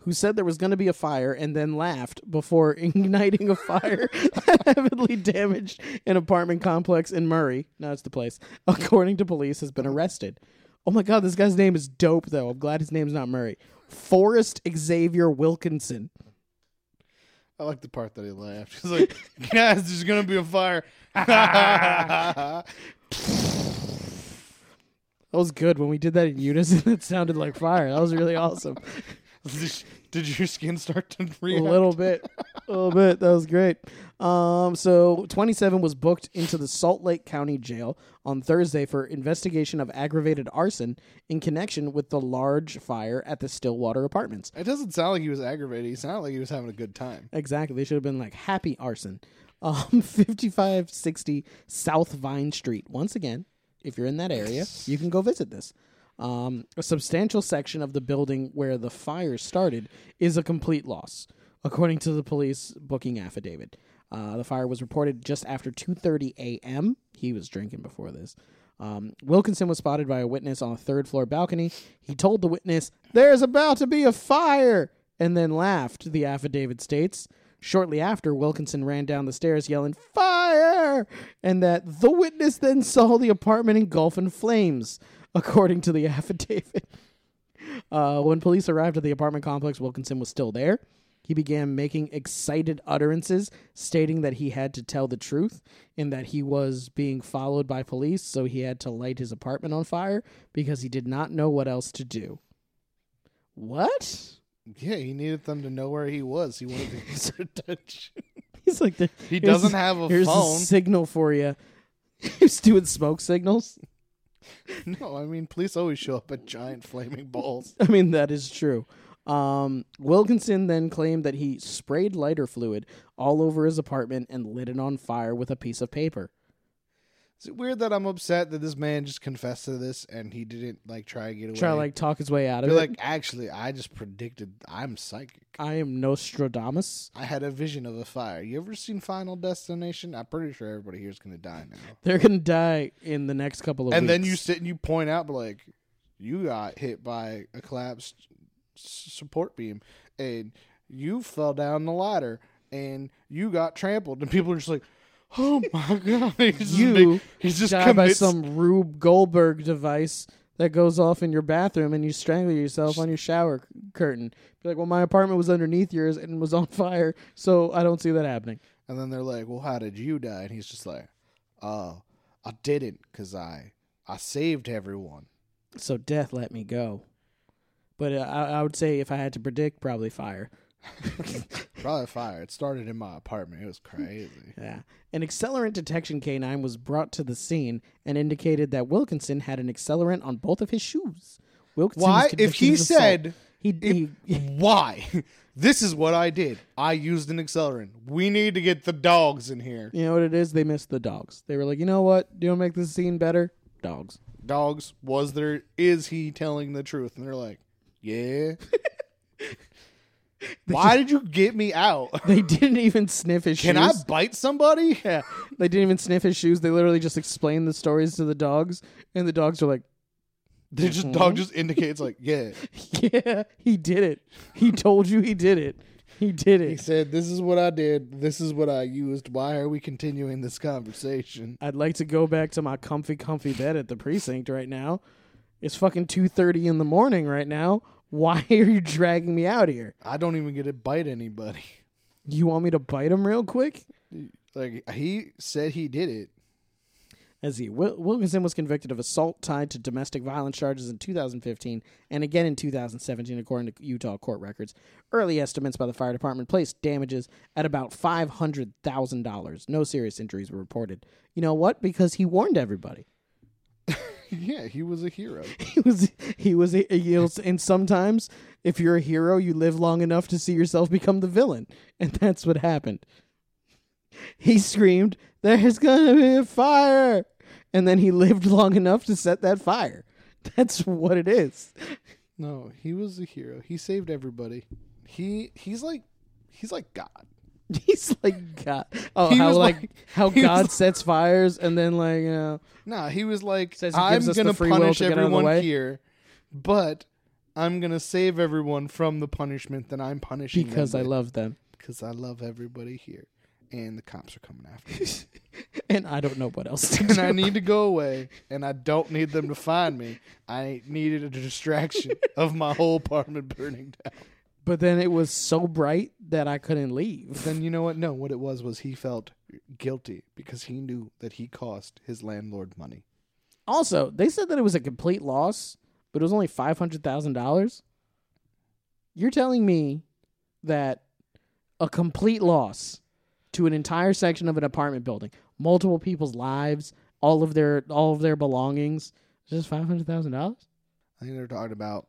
Speaker 2: who said there was going to be a fire and then laughed before igniting a fire that heavily damaged an apartment complex in Murray. Now it's the place. According to police, has been arrested. Oh my God, this guy's name is dope, though. I'm glad his name's not Murray. Forrest Xavier Wilkinson.
Speaker 1: I like the part that he laughed. He's like, guys, there's gonna be a fire.
Speaker 2: That was good when we did that in unison. It sounded like fire. That was really awesome.
Speaker 1: Did your skin start to
Speaker 2: A
Speaker 1: react?
Speaker 2: little bit, a little bit. That was great. Um, so 27 was booked into the Salt Lake County Jail on Thursday for investigation of aggravated arson in connection with the large fire at the Stillwater Apartments.
Speaker 1: It doesn't sound like he was aggravated. He sounded like he was having a good time.
Speaker 2: Exactly. They should have been like happy arson. Um, 5560 South Vine Street. Once again, if you're in that area, you can go visit this. Um, a substantial section of the building where the fire started is a complete loss, according to the police booking affidavit. Uh, the fire was reported just after 2:30 a.m. He was drinking before this. Um, Wilkinson was spotted by a witness on a third floor balcony. He told the witness, There's about to be a fire, and then laughed, the affidavit states. Shortly after, Wilkinson ran down the stairs yelling, Fire! And that the witness then saw the apartment engulf in flames, according to the affidavit. Uh, when police arrived at the apartment complex, Wilkinson was still there. He began making excited utterances, stating that he had to tell the truth and that he was being followed by police, so he had to light his apartment on fire because he did not know what else to do. What?
Speaker 1: Yeah, he needed them to know where he was. He wanted his attention.
Speaker 2: He's like, the,
Speaker 1: He
Speaker 2: here's-
Speaker 1: doesn't have a
Speaker 2: here's
Speaker 1: phone.
Speaker 2: signal for you. He's doing smoke signals.
Speaker 1: No, I mean, police always show up at giant flaming balls.
Speaker 2: I mean, that is true. Um, Wilkinson then claimed that he sprayed lighter fluid all over his apartment and lit it on fire with a piece of paper.
Speaker 1: Is it weird that I'm upset that this man just confessed to this and he didn't like try to get away?
Speaker 2: Try to like talk his way out of
Speaker 1: be
Speaker 2: it.
Speaker 1: like, actually, I just predicted. I'm psychic.
Speaker 2: I am Nostradamus.
Speaker 1: I had a vision of a fire. You ever seen Final Destination? I'm pretty sure everybody here's gonna die now.
Speaker 2: They're gonna die in the next couple of
Speaker 1: And
Speaker 2: weeks.
Speaker 1: then you sit and you point out, like, you got hit by a collapsed s- support beam, and you fell down the ladder, and you got trampled, and people are just like, "Oh my god!" He's just
Speaker 2: You
Speaker 1: big- he's just
Speaker 2: die by
Speaker 1: commits-
Speaker 2: some Rube Goldberg device that goes off in your bathroom and you strangle yourself on your shower c- curtain. Be like, well, my apartment was underneath yours and was on fire, so I don't see that happening.
Speaker 1: And then they're like, "Well, how did you die?" And he's just like, "Oh, I didn't, cause I I saved everyone."
Speaker 2: So death let me go. But uh, I, I would say if I had to predict, probably fire.
Speaker 1: Probably fire. It started in my apartment. It was crazy.
Speaker 2: Yeah. An accelerant detection canine was brought to the scene and indicated that Wilkinson had an accelerant on both of his shoes. Wilkinson
Speaker 1: Why?
Speaker 2: was
Speaker 1: If
Speaker 2: convicted
Speaker 1: he
Speaker 2: of assault.
Speaker 1: said-
Speaker 2: he, he
Speaker 1: Why? This is what I did. I used an accelerant. We need to get the dogs in here.
Speaker 2: you know what it is? They missed the dogs. They were like, you know what? Do you want to make this scene better? Dogs.
Speaker 1: Dogs, was there is he telling the truth? And they're like, Yeah. Why did you get me out?
Speaker 2: They didn't even sniff his
Speaker 1: Can
Speaker 2: shoes.
Speaker 1: I bite somebody?
Speaker 2: Yeah. They didn't even sniff his shoes. They literally just explained the stories to the dogs, and the dogs were like,
Speaker 1: They just dog just indicates like, yeah.
Speaker 2: "Yeah, he did it. He told you he did it. He did
Speaker 1: He
Speaker 2: it."
Speaker 1: said, This is what I did, this is what I used. Why are we continuing this conversation?
Speaker 2: I'd like to go back to my comfy, comfy bed at the precinct right now. It's fucking two thirty in the morning right now. Why are you dragging me out here?
Speaker 1: I don't even get to bite anybody.
Speaker 2: You want me to bite him real quick?
Speaker 1: Like he said he did it.
Speaker 2: As he Wil- Wilkinson was convicted of assault tied to domestic violence charges in 2015 and again in 2017, according to Utah court records. Early estimates by the fire department placed damages at about five hundred thousand dollars. No serious injuries were reported. You know what? Because he warned everybody.
Speaker 1: Yeah, he was a hero.
Speaker 2: He was he was a, he was- and sometimes if you're a hero, you live long enough to see yourself become the villain, and that's what happened. He screamed, "There's gonna be a fire!" And then he lived long enough to set that fire. That's what it is.
Speaker 1: No, he was a hero. He saved everybody. He he's like he's like God.
Speaker 2: He's like God. Oh,
Speaker 1: He
Speaker 2: how
Speaker 1: was
Speaker 2: like,
Speaker 1: like-
Speaker 2: how
Speaker 1: he was
Speaker 2: God
Speaker 1: like-
Speaker 2: sets fires, and then like you know,
Speaker 1: Nah, he was like
Speaker 2: Says he
Speaker 1: I'm
Speaker 2: gives us the
Speaker 1: gonna
Speaker 2: free will
Speaker 1: punish
Speaker 2: to get out of the
Speaker 1: everyone
Speaker 2: way."
Speaker 1: here, but I'm gonna save everyone from the punishment that I'm punishing them
Speaker 2: because I
Speaker 1: with,
Speaker 2: love them,
Speaker 1: because I love everybody here, and the cops are coming after me,
Speaker 2: and I don't know what else to
Speaker 1: and
Speaker 2: do.
Speaker 1: I need to go away, and I don't need them to find me. I needed a distraction of my whole apartment burning down.
Speaker 2: But then it was so bright that I couldn't leave.
Speaker 1: Then you know what? No, what it was was he felt guilty because he knew that he cost his landlord money.
Speaker 2: Also, they said that it was a complete loss, but it was only five hundred thousand dollars. You're telling me that a complete loss to an entire section of an apartment building, multiple people's lives, all of their all of their belongings, is just five hundred thousand dollars?
Speaker 1: I think they're talking about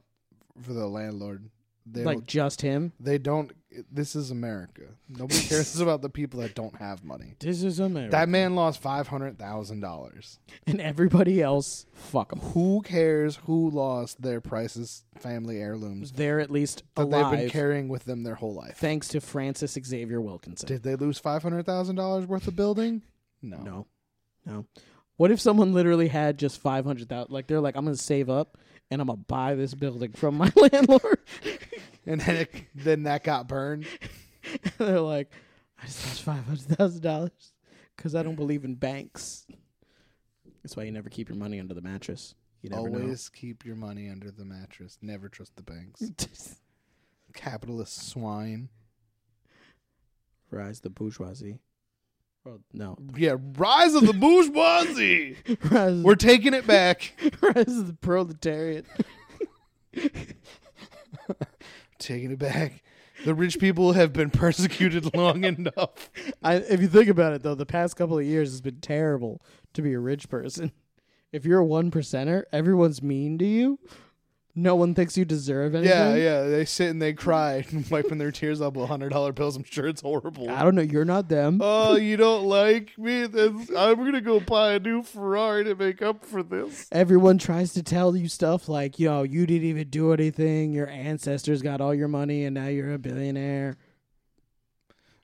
Speaker 1: for the landlord. They
Speaker 2: Like just him?
Speaker 1: they don't. This is America. Nobody cares about the people that don't have money.
Speaker 2: This is America.
Speaker 1: That man lost five hundred thousand dollars.
Speaker 2: and everybody else, fuck 'em.
Speaker 1: Who cares who lost their prices, family heirlooms
Speaker 2: They're at least
Speaker 1: that they've been
Speaker 2: alive,
Speaker 1: carrying with them their whole life?
Speaker 2: thanks to Francis Xavier Wilkinson.
Speaker 1: Did they lose five hundred thousand dollars worth of building? No.
Speaker 2: No, no. What if someone literally had just five hundred thousand? Like they're like, I'm gonna save up and I'm gonna buy this building from my landlord.
Speaker 1: And then it, then that got burned.
Speaker 2: And they're like, I just lost five hundred thousand dollars because I don't believe in banks. That's why you never keep your money under the mattress. You never
Speaker 1: Always keep your money under the mattress. Never trust the banks.
Speaker 2: know.
Speaker 1: Capitalist swine.
Speaker 2: Rise the bourgeoisie. Well, no.
Speaker 1: Yeah, rise of the bourgeoisie.
Speaker 2: Rise,
Speaker 1: We're taking it back.
Speaker 2: rise of the proletariat.
Speaker 1: taking it back. The rich people have been persecuted long enough.
Speaker 2: I, if you think about it, though, the past couple of years has been terrible to be a rich person. If you're a one percenter, everyone's mean to you. No one thinks you deserve anything.
Speaker 1: Yeah, yeah. They sit and they cry, wiping their tears up with hundred dollar bills. I'm sure it's horrible.
Speaker 2: I don't know. You're not them.
Speaker 1: Oh, you don't like me? That's, I'm gonna go buy a new Ferrari to make up for this.
Speaker 2: Everyone tries to tell you stuff like, yo, you didn't even do anything. Your ancestors got all your money and now you're a billionaire.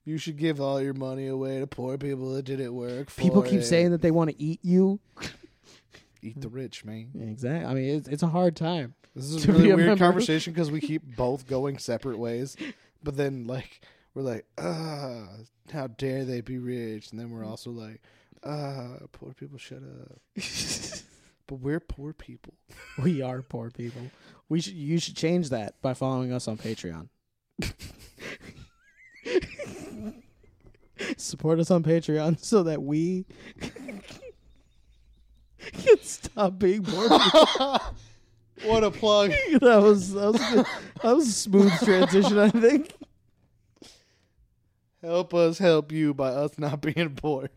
Speaker 1: You should give all your money away to poor people that didn't work. For
Speaker 2: People keep
Speaker 1: it.
Speaker 2: saying that they want to eat you.
Speaker 1: "Eat the rich, man."
Speaker 2: Exactly. I mean, it's, it's a hard time.
Speaker 1: This is
Speaker 2: to
Speaker 1: a really
Speaker 2: be a
Speaker 1: weird
Speaker 2: member.
Speaker 1: conversation because we keep both going separate ways, but then like we're like, ah, how dare they be rich, and then we're also like, ah, poor people, shut up. But we're poor people.
Speaker 2: We are poor people. We should you should change that by following us on Patreon. Support us on Patreon so that we can stop being poor people.
Speaker 1: What a plug!
Speaker 2: that was that was, good. that was a smooth transition, I think.
Speaker 1: Help us help you by us not being poor.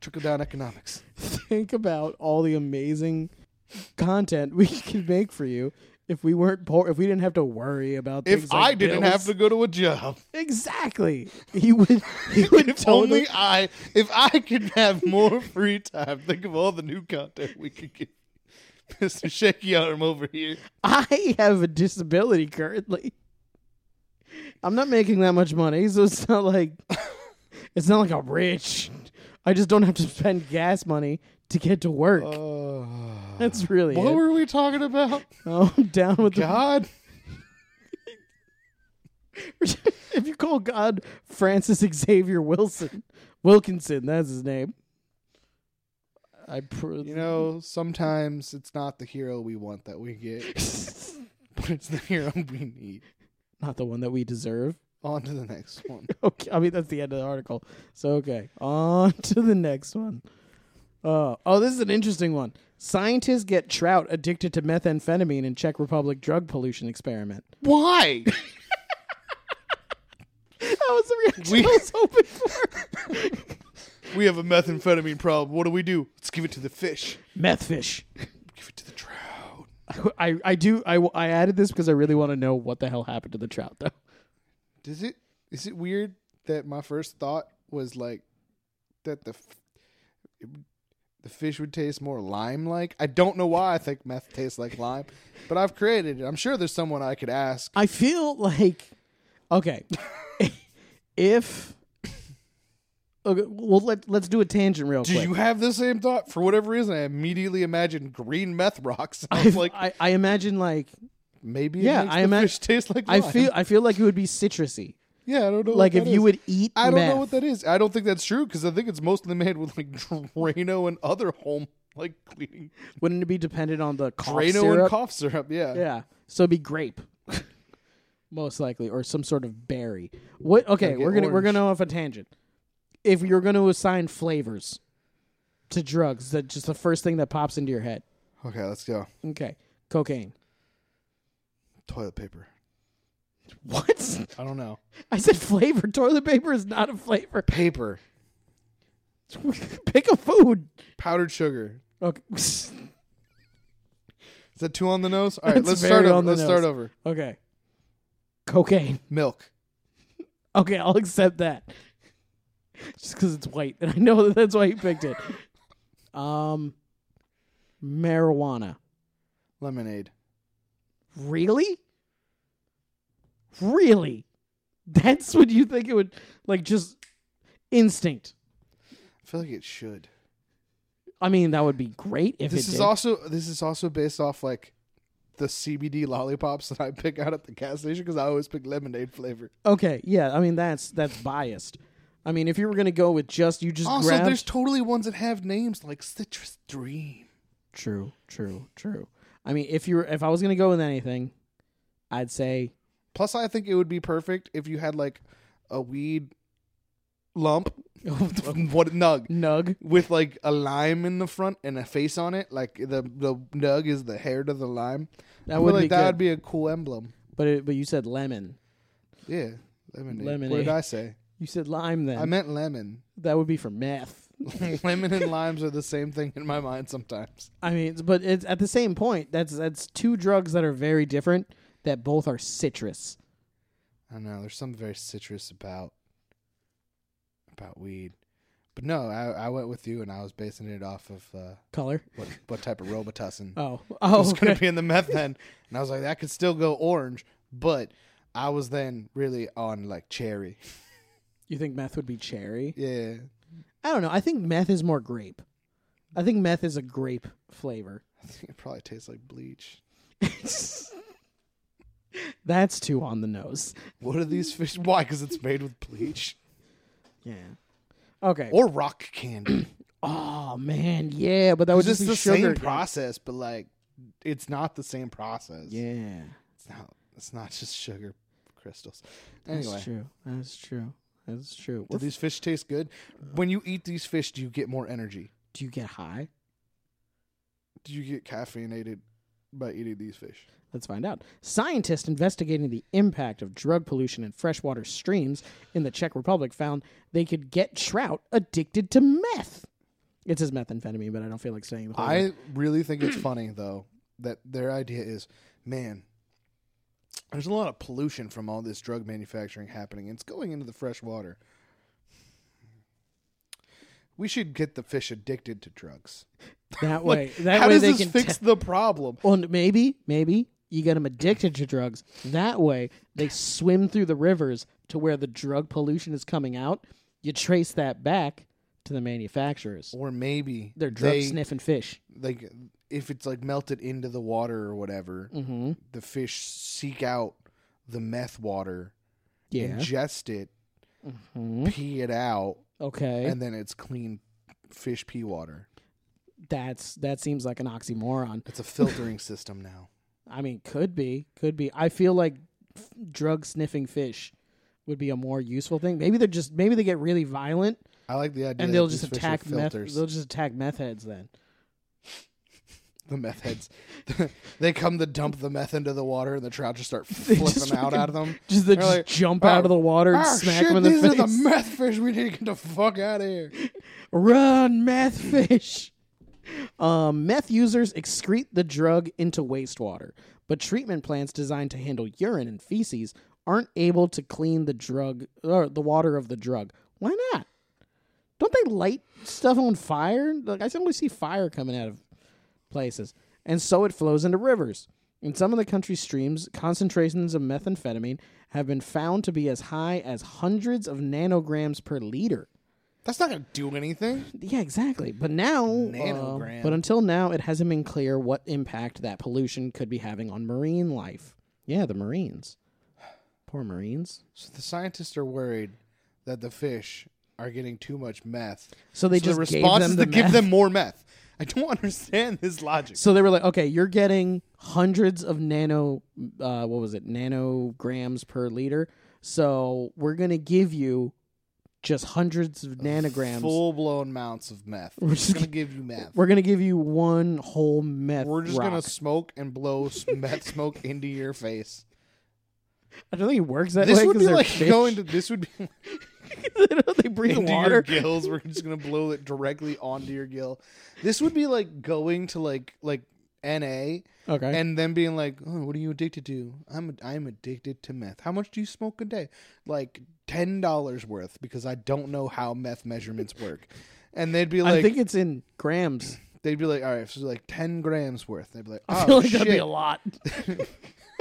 Speaker 1: Trickle down economics.
Speaker 2: Think about all the amazing content we could make for you if we weren't poor, if we didn't have to worry about things
Speaker 1: If
Speaker 2: like
Speaker 1: I didn't
Speaker 2: bills.
Speaker 1: have to go to a job,
Speaker 2: exactly, he would. He would
Speaker 1: if
Speaker 2: totally.
Speaker 1: only I, if I could have more free time, think of all the new content we could get. Mr. Shaky Arm over here.
Speaker 2: I have a disability currently. I'm not making that much money, so it's not like it's not like I'm rich. I just don't have to spend gas money to get to work.
Speaker 1: Oh,
Speaker 2: That's really
Speaker 1: Uh, what
Speaker 2: it.
Speaker 1: were we talking about?
Speaker 2: oh, I'm down with the
Speaker 1: God.
Speaker 2: if you call God Francis Xavier Wilson, Wilkinson, that's his name. I pr-
Speaker 1: You know, sometimes it's not the hero we want that we get, but it's the hero we need.
Speaker 2: not the one that we deserve.
Speaker 1: On to the next one.
Speaker 2: Okay, I mean that's the end of the article. So okay, on to the next one. Uh, oh, this is an interesting one. Scientists get trout addicted to methamphetamine in Czech Republic drug pollution experiment.
Speaker 1: Why?
Speaker 2: That was the reaction
Speaker 1: We-
Speaker 2: I was hoping for.
Speaker 1: We have a methamphetamine problem. What do we do? Let's give it to the fish.
Speaker 2: Meth fish.
Speaker 1: Give it to the trout.
Speaker 2: I, I do I, I added this because I really want to know what the hell happened to the trout though.
Speaker 1: Does it? Is it weird that my first thought was like that the f- the fish would taste more lime like? I don't know why I think meth tastes like lime, but I've created it. I'm sure there's someone I could ask.
Speaker 2: I feel like okay. if okay, well let let's do a tangent real
Speaker 1: Do
Speaker 2: quick.
Speaker 1: you have the same thought? For whatever reason, I immediately imagined green meth rocks. I was like,
Speaker 2: I, I imagine like
Speaker 1: maybe
Speaker 2: Yeah,
Speaker 1: it makes
Speaker 2: I
Speaker 1: the
Speaker 2: imag-
Speaker 1: fish taste like
Speaker 2: I
Speaker 1: lime.
Speaker 2: feel I feel like it would be citrusy.
Speaker 1: yeah, I don't know.
Speaker 2: Like
Speaker 1: what
Speaker 2: if
Speaker 1: that
Speaker 2: you
Speaker 1: is.
Speaker 2: would eat
Speaker 1: I don't
Speaker 2: meth.
Speaker 1: know what that is. I don't think that's true because I think it's mostly made with like Drano and other home like cleaning
Speaker 2: wouldn't it be dependent on the cough
Speaker 1: Drano
Speaker 2: syrup?
Speaker 1: and cough syrup. Yeah.
Speaker 2: Yeah. So it'd be grape. Most likely or some sort of berry. What okay,
Speaker 1: get
Speaker 2: we're going to we're
Speaker 1: orange.
Speaker 2: going to off a tangent. If you're going to assign flavors to drugs, that just the first thing that pops into your head.
Speaker 1: Okay, let's go.
Speaker 2: Okay. Cocaine.
Speaker 1: Toilet paper.
Speaker 2: What?
Speaker 1: I don't know.
Speaker 2: I said flavor. Toilet paper is not a flavor.
Speaker 1: Paper.
Speaker 2: Pick a food.
Speaker 1: Powdered sugar.
Speaker 2: Okay.
Speaker 1: Is that two on the nose? All right,
Speaker 2: That's
Speaker 1: let's start
Speaker 2: very
Speaker 1: over.
Speaker 2: on the
Speaker 1: Let's start
Speaker 2: nose.
Speaker 1: over.
Speaker 2: okay. Cocaine.
Speaker 1: Milk.
Speaker 2: Okay, I'll accept that. Just because it's white, and I know that that's why you picked it. Um, marijuana.
Speaker 1: Lemonade.
Speaker 2: Really? Really? That's what you think it would like? Just instinct.
Speaker 1: I feel like it should.
Speaker 2: I mean, that would be great if
Speaker 1: This
Speaker 2: it
Speaker 1: is
Speaker 2: did.
Speaker 1: also this is also based off like the CBD lollipops that I pick out at the gas station because I always pick lemonade flavor.
Speaker 2: okay, yeah. I mean, that's that's biased. I mean, if you were gonna go with just you just
Speaker 1: Also,
Speaker 2: grabbed-
Speaker 1: there's totally ones that have names like Citrus Dream.
Speaker 2: true, true, true. I mean, if you were if I was gonna go with anything, I'd say
Speaker 1: Plus, I think it would be perfect if you had like a weed lump, what nug,
Speaker 2: nug.
Speaker 1: with like a lime in the front and a face on it. Like the the nug is the hair to the lime. I
Speaker 2: That
Speaker 1: feel
Speaker 2: would
Speaker 1: like
Speaker 2: be
Speaker 1: that
Speaker 2: good.
Speaker 1: would be a cool emblem.
Speaker 2: But it, but you said lemon.
Speaker 1: Yeah, lemonade. What
Speaker 2: Lemonade.
Speaker 1: did I say?
Speaker 2: You said lime. Then
Speaker 1: I meant lemon.
Speaker 2: that would be for meth.
Speaker 1: lemon and limes are the same thing in my mind sometimes.
Speaker 2: I mean, it's- but it's at the same point. That's that's two drugs that are very different. That both are citrus.
Speaker 1: I don't know. There's something very citrus about about weed. But no, I, I went with you, and I was basing it off of uh,
Speaker 2: Color.
Speaker 1: what what type of Robitussin
Speaker 2: Oh, oh,
Speaker 1: was
Speaker 2: okay.
Speaker 1: going to be in the meth then. And I was like, that could still go orange, but I was then really on like cherry.
Speaker 2: you think meth would be cherry?
Speaker 1: Yeah.
Speaker 2: I don't know. I think meth is more grape. I think meth is a grape flavor.
Speaker 1: I think it probably tastes like bleach.
Speaker 2: That's too on the nose.
Speaker 1: What are these fish? Why? Because it's made with bleach
Speaker 2: Yeah. Okay.
Speaker 1: or rock candy.
Speaker 2: Oh man, yeah, but that would
Speaker 1: It's
Speaker 2: just
Speaker 1: just
Speaker 2: be
Speaker 1: the
Speaker 2: sugar.
Speaker 1: same process, but like it's not the same process.
Speaker 2: yeah.
Speaker 1: It's not, it's not just sugar crystals.
Speaker 2: That's
Speaker 1: Anyway,
Speaker 2: true. That's true. That's true.
Speaker 1: do
Speaker 2: What
Speaker 1: these fish taste good? When you eat these fish, do you get more energy?
Speaker 2: do you get high?
Speaker 1: Do you get caffeinated by eating these fish?
Speaker 2: Let's find out. Scientists investigating the impact of drug pollution in freshwater streams in the Czech Republic found they could get trout addicted to meth. It says methamphetamine, but I don't feel like saying the whole word.
Speaker 1: I really think it's funny though that their idea is, man, there's a lot of pollution from all this drug manufacturing happening. and It's going into the fresh water. We should get the fish addicted to drugs.
Speaker 2: that way.
Speaker 1: Like,
Speaker 2: that
Speaker 1: how
Speaker 2: way
Speaker 1: does
Speaker 2: they
Speaker 1: this
Speaker 2: can
Speaker 1: fix the problem?
Speaker 2: Well, n- maybe, maybe you get them addicted to drugs. That way, they swim through the rivers to where the drug pollution is coming out. You trace that back to the manufacturers.
Speaker 1: Or maybe
Speaker 2: They're drug
Speaker 1: they-
Speaker 2: sniffing fish.
Speaker 1: like if it's like melted into the water or whatever,
Speaker 2: Mm-hmm.
Speaker 1: the fish seek out the meth water,
Speaker 2: Yeah.
Speaker 1: ingest it,
Speaker 2: hmm
Speaker 1: pee it out,
Speaker 2: Okay.
Speaker 1: and then it's clean fish pee water.
Speaker 2: That's that seems like an oxymoron.
Speaker 1: It's a filtering system now.
Speaker 2: I mean, could be, could be. I feel like f- drug sniffing fish would be a more useful thing. Maybe they're just maybe they get really violent
Speaker 1: I like the idea.
Speaker 2: and
Speaker 1: that
Speaker 2: they'll
Speaker 1: these
Speaker 2: just
Speaker 1: fish are
Speaker 2: attack meth.
Speaker 1: filters.
Speaker 2: They'll just attack meth heads then.
Speaker 1: the meth heads. they come to dump the meth into the water, and the trout just start
Speaker 2: They
Speaker 1: flipping
Speaker 2: just
Speaker 1: out
Speaker 2: fucking
Speaker 1: out of them.
Speaker 2: Just they
Speaker 1: They're
Speaker 2: just
Speaker 1: like,
Speaker 2: jump out
Speaker 1: "Oh,
Speaker 2: of the water and
Speaker 1: Ah,
Speaker 2: smack
Speaker 1: shit,
Speaker 2: them in the
Speaker 1: these
Speaker 2: face.
Speaker 1: are the meth fish. We need to get the fuck out of here.
Speaker 2: Run, meth fish. Um, meth users excrete the drug into wastewater, but treatment plants designed to handle urine and feces aren't able to clean the drug or the water of the drug. Why not? Don't they light stuff on fire? Like I sometimes see fire coming out of places, and so it flows into rivers. In some of the country's streams, concentrations of methamphetamine have been found to be as high as hundreds of nanograms per liter.
Speaker 1: That's not gonna do anything.
Speaker 2: Yeah, exactly. But now,
Speaker 1: Nanogram.
Speaker 2: uh, but until now, it hasn't been clear what impact that pollution could be having on marine life. Yeah, the Marines. Poor Marines.
Speaker 1: So the scientists are worried that the fish are getting too much meth.
Speaker 2: So they
Speaker 1: so
Speaker 2: just
Speaker 1: the
Speaker 2: gave
Speaker 1: response
Speaker 2: them
Speaker 1: is
Speaker 2: the
Speaker 1: to give
Speaker 2: meth.
Speaker 1: them more meth. I don't understand this logic.
Speaker 2: So they were like, okay, you're getting hundreds of nano, uh, what was it, nanograms per liter. So we're gonna give you just hundreds of nanograms.
Speaker 1: Full blown amounts of meth. We're just gonna give you meth.
Speaker 2: We're gonna give you one whole meth.
Speaker 1: We're just gonna
Speaker 2: rock.
Speaker 1: smoke and blow s- meth smoke into your face.
Speaker 2: I don't think it works that
Speaker 1: This
Speaker 2: way.
Speaker 1: would
Speaker 2: 'cause
Speaker 1: be
Speaker 2: they're
Speaker 1: like
Speaker 2: fish.
Speaker 1: going to. This would be
Speaker 2: they breathe
Speaker 1: into
Speaker 2: water.
Speaker 1: your gills. We're just gonna blow it directly onto your gill. This would be like going to like like NA
Speaker 2: okay.
Speaker 1: and then being like, oh, "What are you addicted to?" I'm I'm addicted to meth. How much do you smoke a day? Like ten dollars worth because I don't know how meth measurements work. And they'd be
Speaker 2: I
Speaker 1: like,
Speaker 2: think it's in grams.
Speaker 1: they'd be like, "All right, so like ten grams worth." They'd be like, "Oh
Speaker 2: I feel like
Speaker 1: shit."
Speaker 2: that'd be a lot.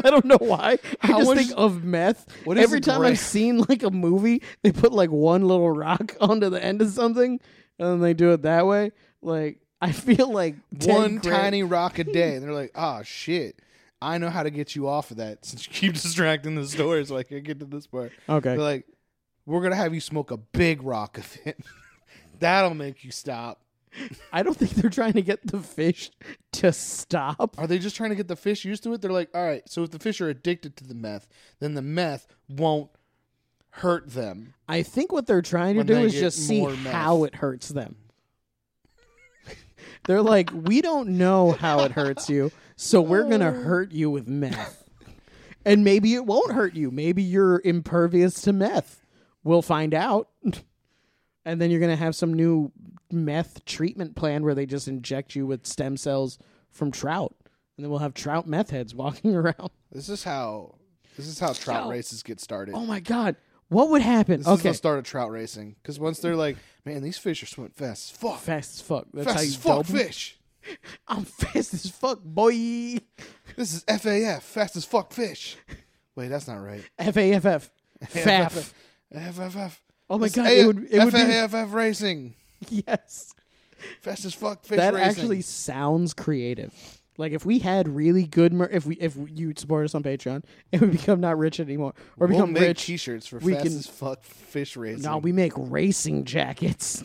Speaker 2: I don't know why. I
Speaker 1: How
Speaker 2: just
Speaker 1: much-
Speaker 2: think of meth.
Speaker 1: What is
Speaker 2: Every
Speaker 1: a
Speaker 2: time
Speaker 1: gram?
Speaker 2: I've seen like a movie, they put like one little rock onto the end of something, and then they do it that way. Like I feel like 10
Speaker 1: one
Speaker 2: gra-
Speaker 1: tiny rock a day. And they're like, oh, shit. I know how to get you off of that since you keep distracting the store so I can get to this part.
Speaker 2: Okay.
Speaker 1: They're like, we're going to have you smoke a big rock of it. That'll make you stop.
Speaker 2: I don't think they're trying to get the fish to stop.
Speaker 1: Are they just trying to get the fish used to it? They're like, all right, so if the fish are addicted to the meth, then the meth won't hurt them.
Speaker 2: I think what they're trying to
Speaker 1: When
Speaker 2: do
Speaker 1: they
Speaker 2: is
Speaker 1: get
Speaker 2: just see
Speaker 1: more meth.
Speaker 2: how it hurts them. they're like, we don't know how it hurts you, so we're gonna
Speaker 1: Oh.
Speaker 2: hurt you with meth. And maybe it won't hurt you. Maybe you're impervious to meth. We'll find out. And then you're gonna have some new meth treatment plan where they just inject you with stem cells from trout. And then we'll have trout meth heads walking around.
Speaker 1: This is how this is how trout
Speaker 2: So-
Speaker 1: races get started.
Speaker 2: Oh my god. What would happen?
Speaker 1: This is
Speaker 2: okay.
Speaker 1: the start of trout racing. Because once they're like, man, these fish are swimming fast as fuck.
Speaker 2: Fast as fuck. That's how
Speaker 1: fast
Speaker 2: you
Speaker 1: as fuck
Speaker 2: dope 'em.
Speaker 1: fish.
Speaker 2: I'm fast as fuck, boy.
Speaker 1: This is FAF, fast as fuck fish. Wait, that's not right.
Speaker 2: F A F F. Faff.
Speaker 1: FFF.
Speaker 2: Oh my
Speaker 1: It's
Speaker 2: god,
Speaker 1: A-
Speaker 2: it would it would be
Speaker 1: FAFF racing,
Speaker 2: yes.
Speaker 1: fast as fuck fish
Speaker 2: That
Speaker 1: racing.
Speaker 2: actually sounds creative. Like if we had really good, mer- if we if you support us on Patreon and we become not rich anymore or
Speaker 1: we'll
Speaker 2: become
Speaker 1: make
Speaker 2: rich,
Speaker 1: T-shirts for
Speaker 2: we
Speaker 1: fast
Speaker 2: can-
Speaker 1: as fuck fish racing.
Speaker 2: no, we make racing jackets,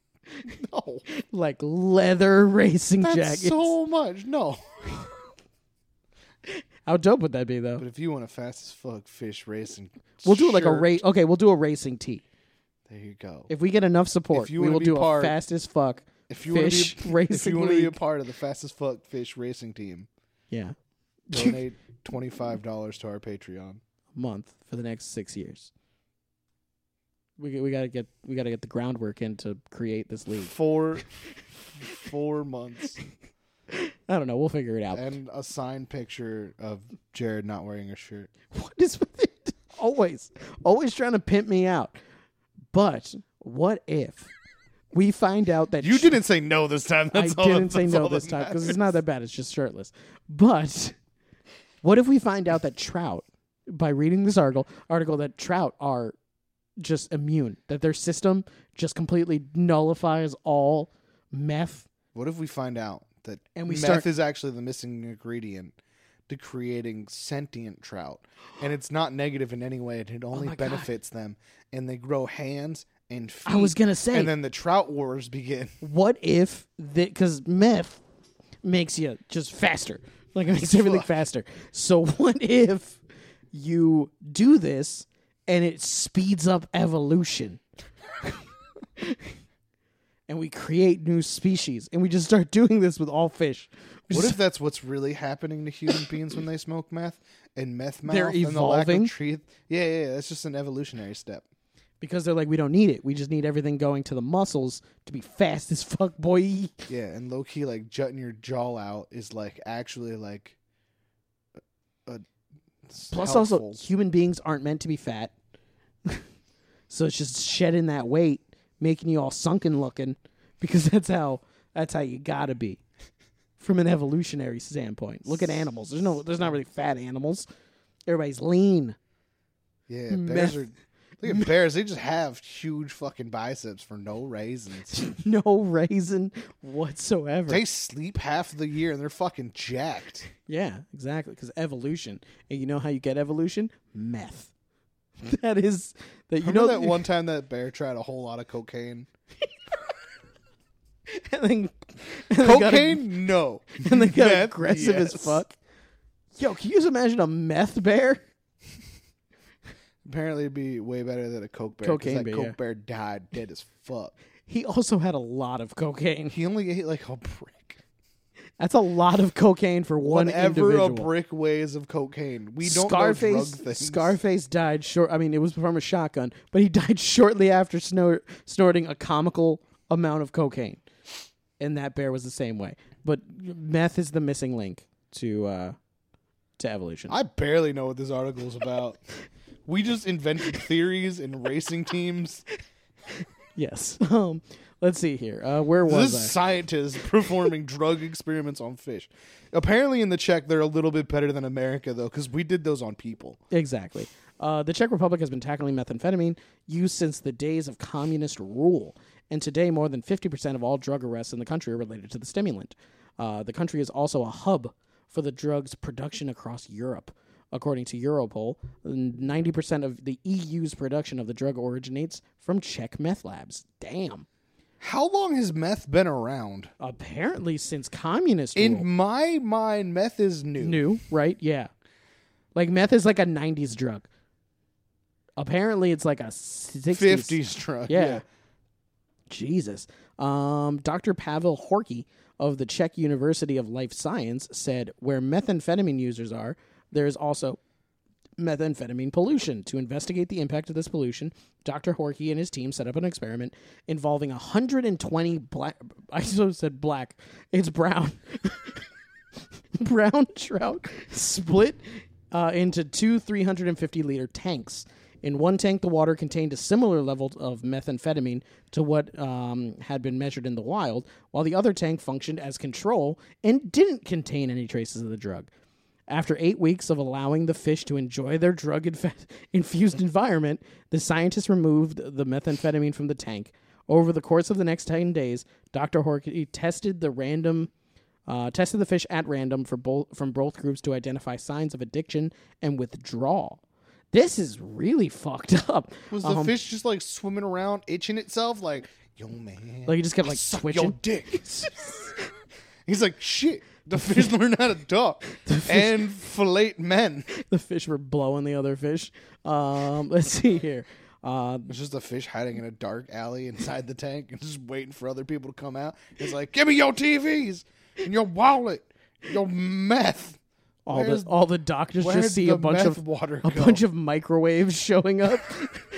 Speaker 1: no,
Speaker 2: like leather racing
Speaker 1: that's
Speaker 2: jackets.
Speaker 1: so much. No,
Speaker 2: How dope would that be though?
Speaker 1: but if you want a fast as fuck fish racing,
Speaker 2: We'll do it like a
Speaker 1: shirt,
Speaker 2: race. Okay, we'll do a racing tee.
Speaker 1: There you go.
Speaker 2: If we get enough support,
Speaker 1: If you
Speaker 2: we
Speaker 1: wanna
Speaker 2: will
Speaker 1: be
Speaker 2: do
Speaker 1: part-
Speaker 2: a fast as fuck.
Speaker 1: If you
Speaker 2: fish
Speaker 1: want to be, if you
Speaker 2: racing
Speaker 1: wanna be a
Speaker 2: league.
Speaker 1: part of the fast as fuck fish racing team,
Speaker 2: Yeah,
Speaker 1: donate twenty five dollars to our Patreon.
Speaker 2: a month for the next six years. We we gotta get we gotta get the groundwork in to create this league.
Speaker 1: Four four months
Speaker 2: I don't know. We'll figure it out.
Speaker 1: and a signed picture of Jared not wearing a shirt.
Speaker 2: what is with it? Always, always trying to pimp me out. But what if we find out that
Speaker 1: You
Speaker 2: sh-
Speaker 1: didn't say no this time.
Speaker 2: I
Speaker 1: That's all
Speaker 2: didn't
Speaker 1: that-
Speaker 2: say
Speaker 1: that's
Speaker 2: no
Speaker 1: all
Speaker 2: this
Speaker 1: that
Speaker 2: time because it's not
Speaker 1: matters.
Speaker 2: that bad. It's just shirtless. But what if we find out that trout, by reading this article, article that trout are just immune, that their system just completely nullifies all meth.
Speaker 1: What if we find out that
Speaker 2: And we
Speaker 1: meth
Speaker 2: start-
Speaker 1: is actually the missing ingredient to creating sentient trout, and it's not negative in any way. and It only
Speaker 2: my God.
Speaker 1: benefits them, and they grow hands and feet.
Speaker 2: I was gonna say,
Speaker 1: and then the trout wars begin.
Speaker 2: what if because meth makes you just faster, like it makes everything faster. So what if you do this and it speeds up evolution? And we create new species, and we just start doing this with all fish. We
Speaker 1: What
Speaker 2: just-
Speaker 1: if that's what's really happening to human beings when they smoke meth and meth mouth
Speaker 2: They're
Speaker 1: and the lack
Speaker 2: evolving?
Speaker 1: of treat? Yeah, yeah, yeah, that's just an evolutionary step.
Speaker 2: because they're like, we don't need it. We just need everything going to the muscles to be fast as fuck, boy.
Speaker 1: Yeah, and low key, like jutting your jaw out is like actually like a, a
Speaker 2: Plus,
Speaker 1: helpful.
Speaker 2: also, human beings aren't meant to be fat. so it's just shedding that weight, making you all sunken looking, because that's how that's how you gotta be, from an evolutionary standpoint. Look at animals. There's no, there's not really fat animals. Everybody's lean.
Speaker 1: yeah,
Speaker 2: meth-
Speaker 1: bears are. Look at bears; they just have huge fucking biceps for no reasons.
Speaker 2: No raisin whatsoever.
Speaker 1: they sleep half the year and they're fucking jacked.
Speaker 2: yeah, exactly. Because evolution, and you know how you get evolution? Meth. That is that you
Speaker 1: You know
Speaker 2: know
Speaker 1: that one time that bear tried a whole lot of cocaine.
Speaker 2: and then, and they got a-
Speaker 1: Cocaine? No.
Speaker 2: and they got
Speaker 1: Meth?
Speaker 2: aggressive as
Speaker 1: Yes.
Speaker 2: fuck. Yo, can you just imagine a meth bear?
Speaker 1: Apparently, it'd be way better than a coke bear. 'cause
Speaker 2: Cocaine
Speaker 1: that
Speaker 2: bear,
Speaker 1: coke
Speaker 2: yeah.
Speaker 1: bear died dead as fuck.
Speaker 2: He also had a lot of cocaine.
Speaker 1: He only ate like a brick.
Speaker 2: That's a lot of cocaine for one
Speaker 1: Whatever
Speaker 2: individual.
Speaker 1: a brick weighs of cocaine. We don't know drug
Speaker 2: Scarface,
Speaker 1: things.
Speaker 2: Scarface died short. I mean, it was from a shotgun, but he died shortly after snor- snorting a comical amount of cocaine, and that bear was the same way. But meth is the missing link to uh, to evolution.
Speaker 1: I barely know what this article is about. we just invented theories and racing teams.
Speaker 2: yes. Um, let's see here. Uh, where was
Speaker 1: This
Speaker 2: I?
Speaker 1: scientist performing drug experiments on fish. Apparently, in the Czech, they're a little bit better than America, though, because we did those on people.
Speaker 2: Exactly. Uh, the Czech Republic has been tackling methamphetamine use since the days of communist rule, and today more than 50% of all drug arrests in the country are related to the stimulant. Uh, the country is also a hub for the drug's production across Europe. According to Europol, 90% of the EU's production of the drug originates from Czech meth labs. Damn.
Speaker 1: How long has meth been around?
Speaker 2: Apparently, since communist rule.
Speaker 1: In my mind, meth is new.
Speaker 2: new, right? Yeah. Like meth is like a 90s drug. Apparently it's like a 60s
Speaker 1: 50s drug.
Speaker 2: Yeah.
Speaker 1: yeah.
Speaker 2: Jesus. Um, Dr. Pavel Horky of the Czech University of Life Science said where methamphetamine users are, there is also methamphetamine pollution. To investigate the impact of this pollution, Dr. Horky and his team set up an experiment involving 120 black, I just said black, it's brown, brown trout split uh, into two 350 liter tanks. In one tank, the water contained a similar level of methamphetamine to what um, had been measured in the wild, while the other tank functioned as control and didn't contain any traces of the drug. After eight weeks of allowing the fish to enjoy their drug inf- infused environment, the scientists removed the methamphetamine from the tank. Over the course of the next 10 days, Dr. Horky tested the random uh, tested the fish at random for both from both groups to identify signs of addiction and withdrawal. This is really fucked up.
Speaker 1: Was the
Speaker 2: Uh-huh.
Speaker 1: fish just like swimming around, itching itself? Like, yo, man,
Speaker 2: Like he just kept like
Speaker 1: suck
Speaker 2: twitching.
Speaker 1: your dick. He's like, shit. The fish learned how to duck and fillet men.
Speaker 2: the fish were blowing the other fish. Um, let's see here. Uh,
Speaker 1: It's just a fish hiding in a dark alley inside the tank and just waiting for other people to come out. It's like, give me your TVs and your wallet, your meth.
Speaker 2: all
Speaker 1: Where's-
Speaker 2: the all the doctors
Speaker 1: Where'd
Speaker 2: just see
Speaker 1: the
Speaker 2: a bunch
Speaker 1: meth
Speaker 2: of
Speaker 1: water
Speaker 2: a
Speaker 1: go?
Speaker 2: bunch of microwaves showing up.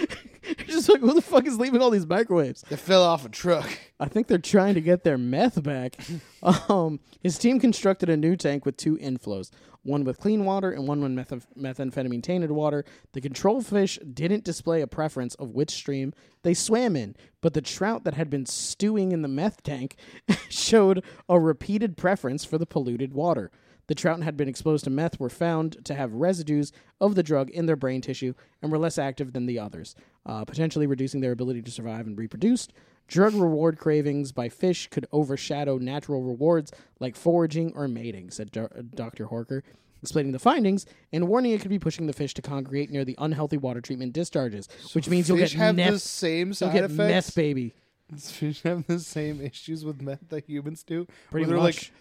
Speaker 2: just like who the fuck is leaving all these microwaves?
Speaker 1: that fell off a truck.
Speaker 2: I think they're trying to get their meth back. um, his team constructed a new tank with two inflows, one with clean water and one with meth- methamphetamine tainted water. The control fish didn't display a preference of which stream they swam in, but the trout that had been stewing in the meth tank showed a repeated preference for the polluted water. The trout had been exposed to meth were found to have residues of the drug in their brain tissue and were less active than the others, uh, potentially reducing their ability to survive and reproduce. Drug reward cravings by fish could overshadow natural rewards like foraging or mating, said Do- uh, Dr. Horker, explaining the findings and warning it could be pushing the fish to congregate near the unhealthy water treatment discharges, which means you'll
Speaker 1: Fish
Speaker 2: get
Speaker 1: have the
Speaker 2: meth,
Speaker 1: same
Speaker 2: you'll
Speaker 1: side
Speaker 2: get meth,
Speaker 1: effects.
Speaker 2: baby.
Speaker 1: Does Fish have the same issues with meth that humans do.
Speaker 2: Pretty
Speaker 1: Where they're
Speaker 2: much.
Speaker 1: like,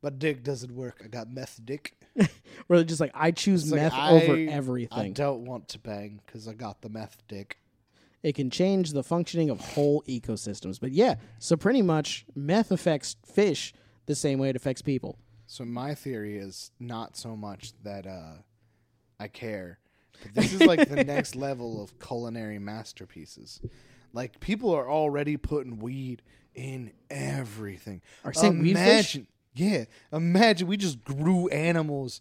Speaker 1: my dick doesn't work. I got meth dick.
Speaker 2: Where they're just like, I choose
Speaker 1: It's like,
Speaker 2: meth
Speaker 1: I-
Speaker 2: over
Speaker 1: I
Speaker 2: everything.
Speaker 1: don't want to bang because I got the meth dick.
Speaker 2: it can change the functioning of whole ecosystems. But yeah, so pretty much meth affects fish the same way it affects people.
Speaker 1: So my theory is not so much that uh, I care. But this is like the next level of culinary masterpieces. Like people are already putting weed in everything.
Speaker 2: Are saying weed fish?
Speaker 1: imagine, yeah, imagine we just grew animals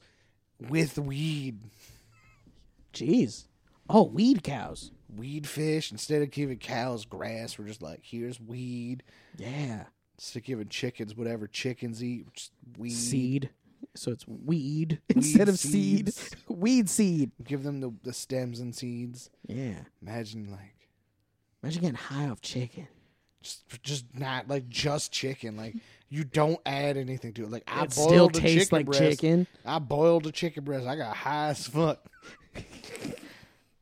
Speaker 1: with weed,
Speaker 2: Jeez. Oh, weed cows.
Speaker 1: weed fish. Instead of giving cows grass, we're just like, here's weed.
Speaker 2: Yeah.
Speaker 1: Instead of giving chickens whatever chickens eat, just weed.
Speaker 2: Seed. So it's weed instead of seed.
Speaker 1: seeds.
Speaker 2: Weed seed.
Speaker 1: Give them the, the stems and seeds.
Speaker 2: Yeah.
Speaker 1: Imagine like
Speaker 2: Imagine getting high off chicken.
Speaker 1: just just not like just chicken. Like you don't add anything to it. Like I
Speaker 2: it
Speaker 1: boiled
Speaker 2: still
Speaker 1: a
Speaker 2: tastes
Speaker 1: chicken
Speaker 2: like
Speaker 1: breast.
Speaker 2: chicken.
Speaker 1: I boiled a chicken breast. I got high as fuck.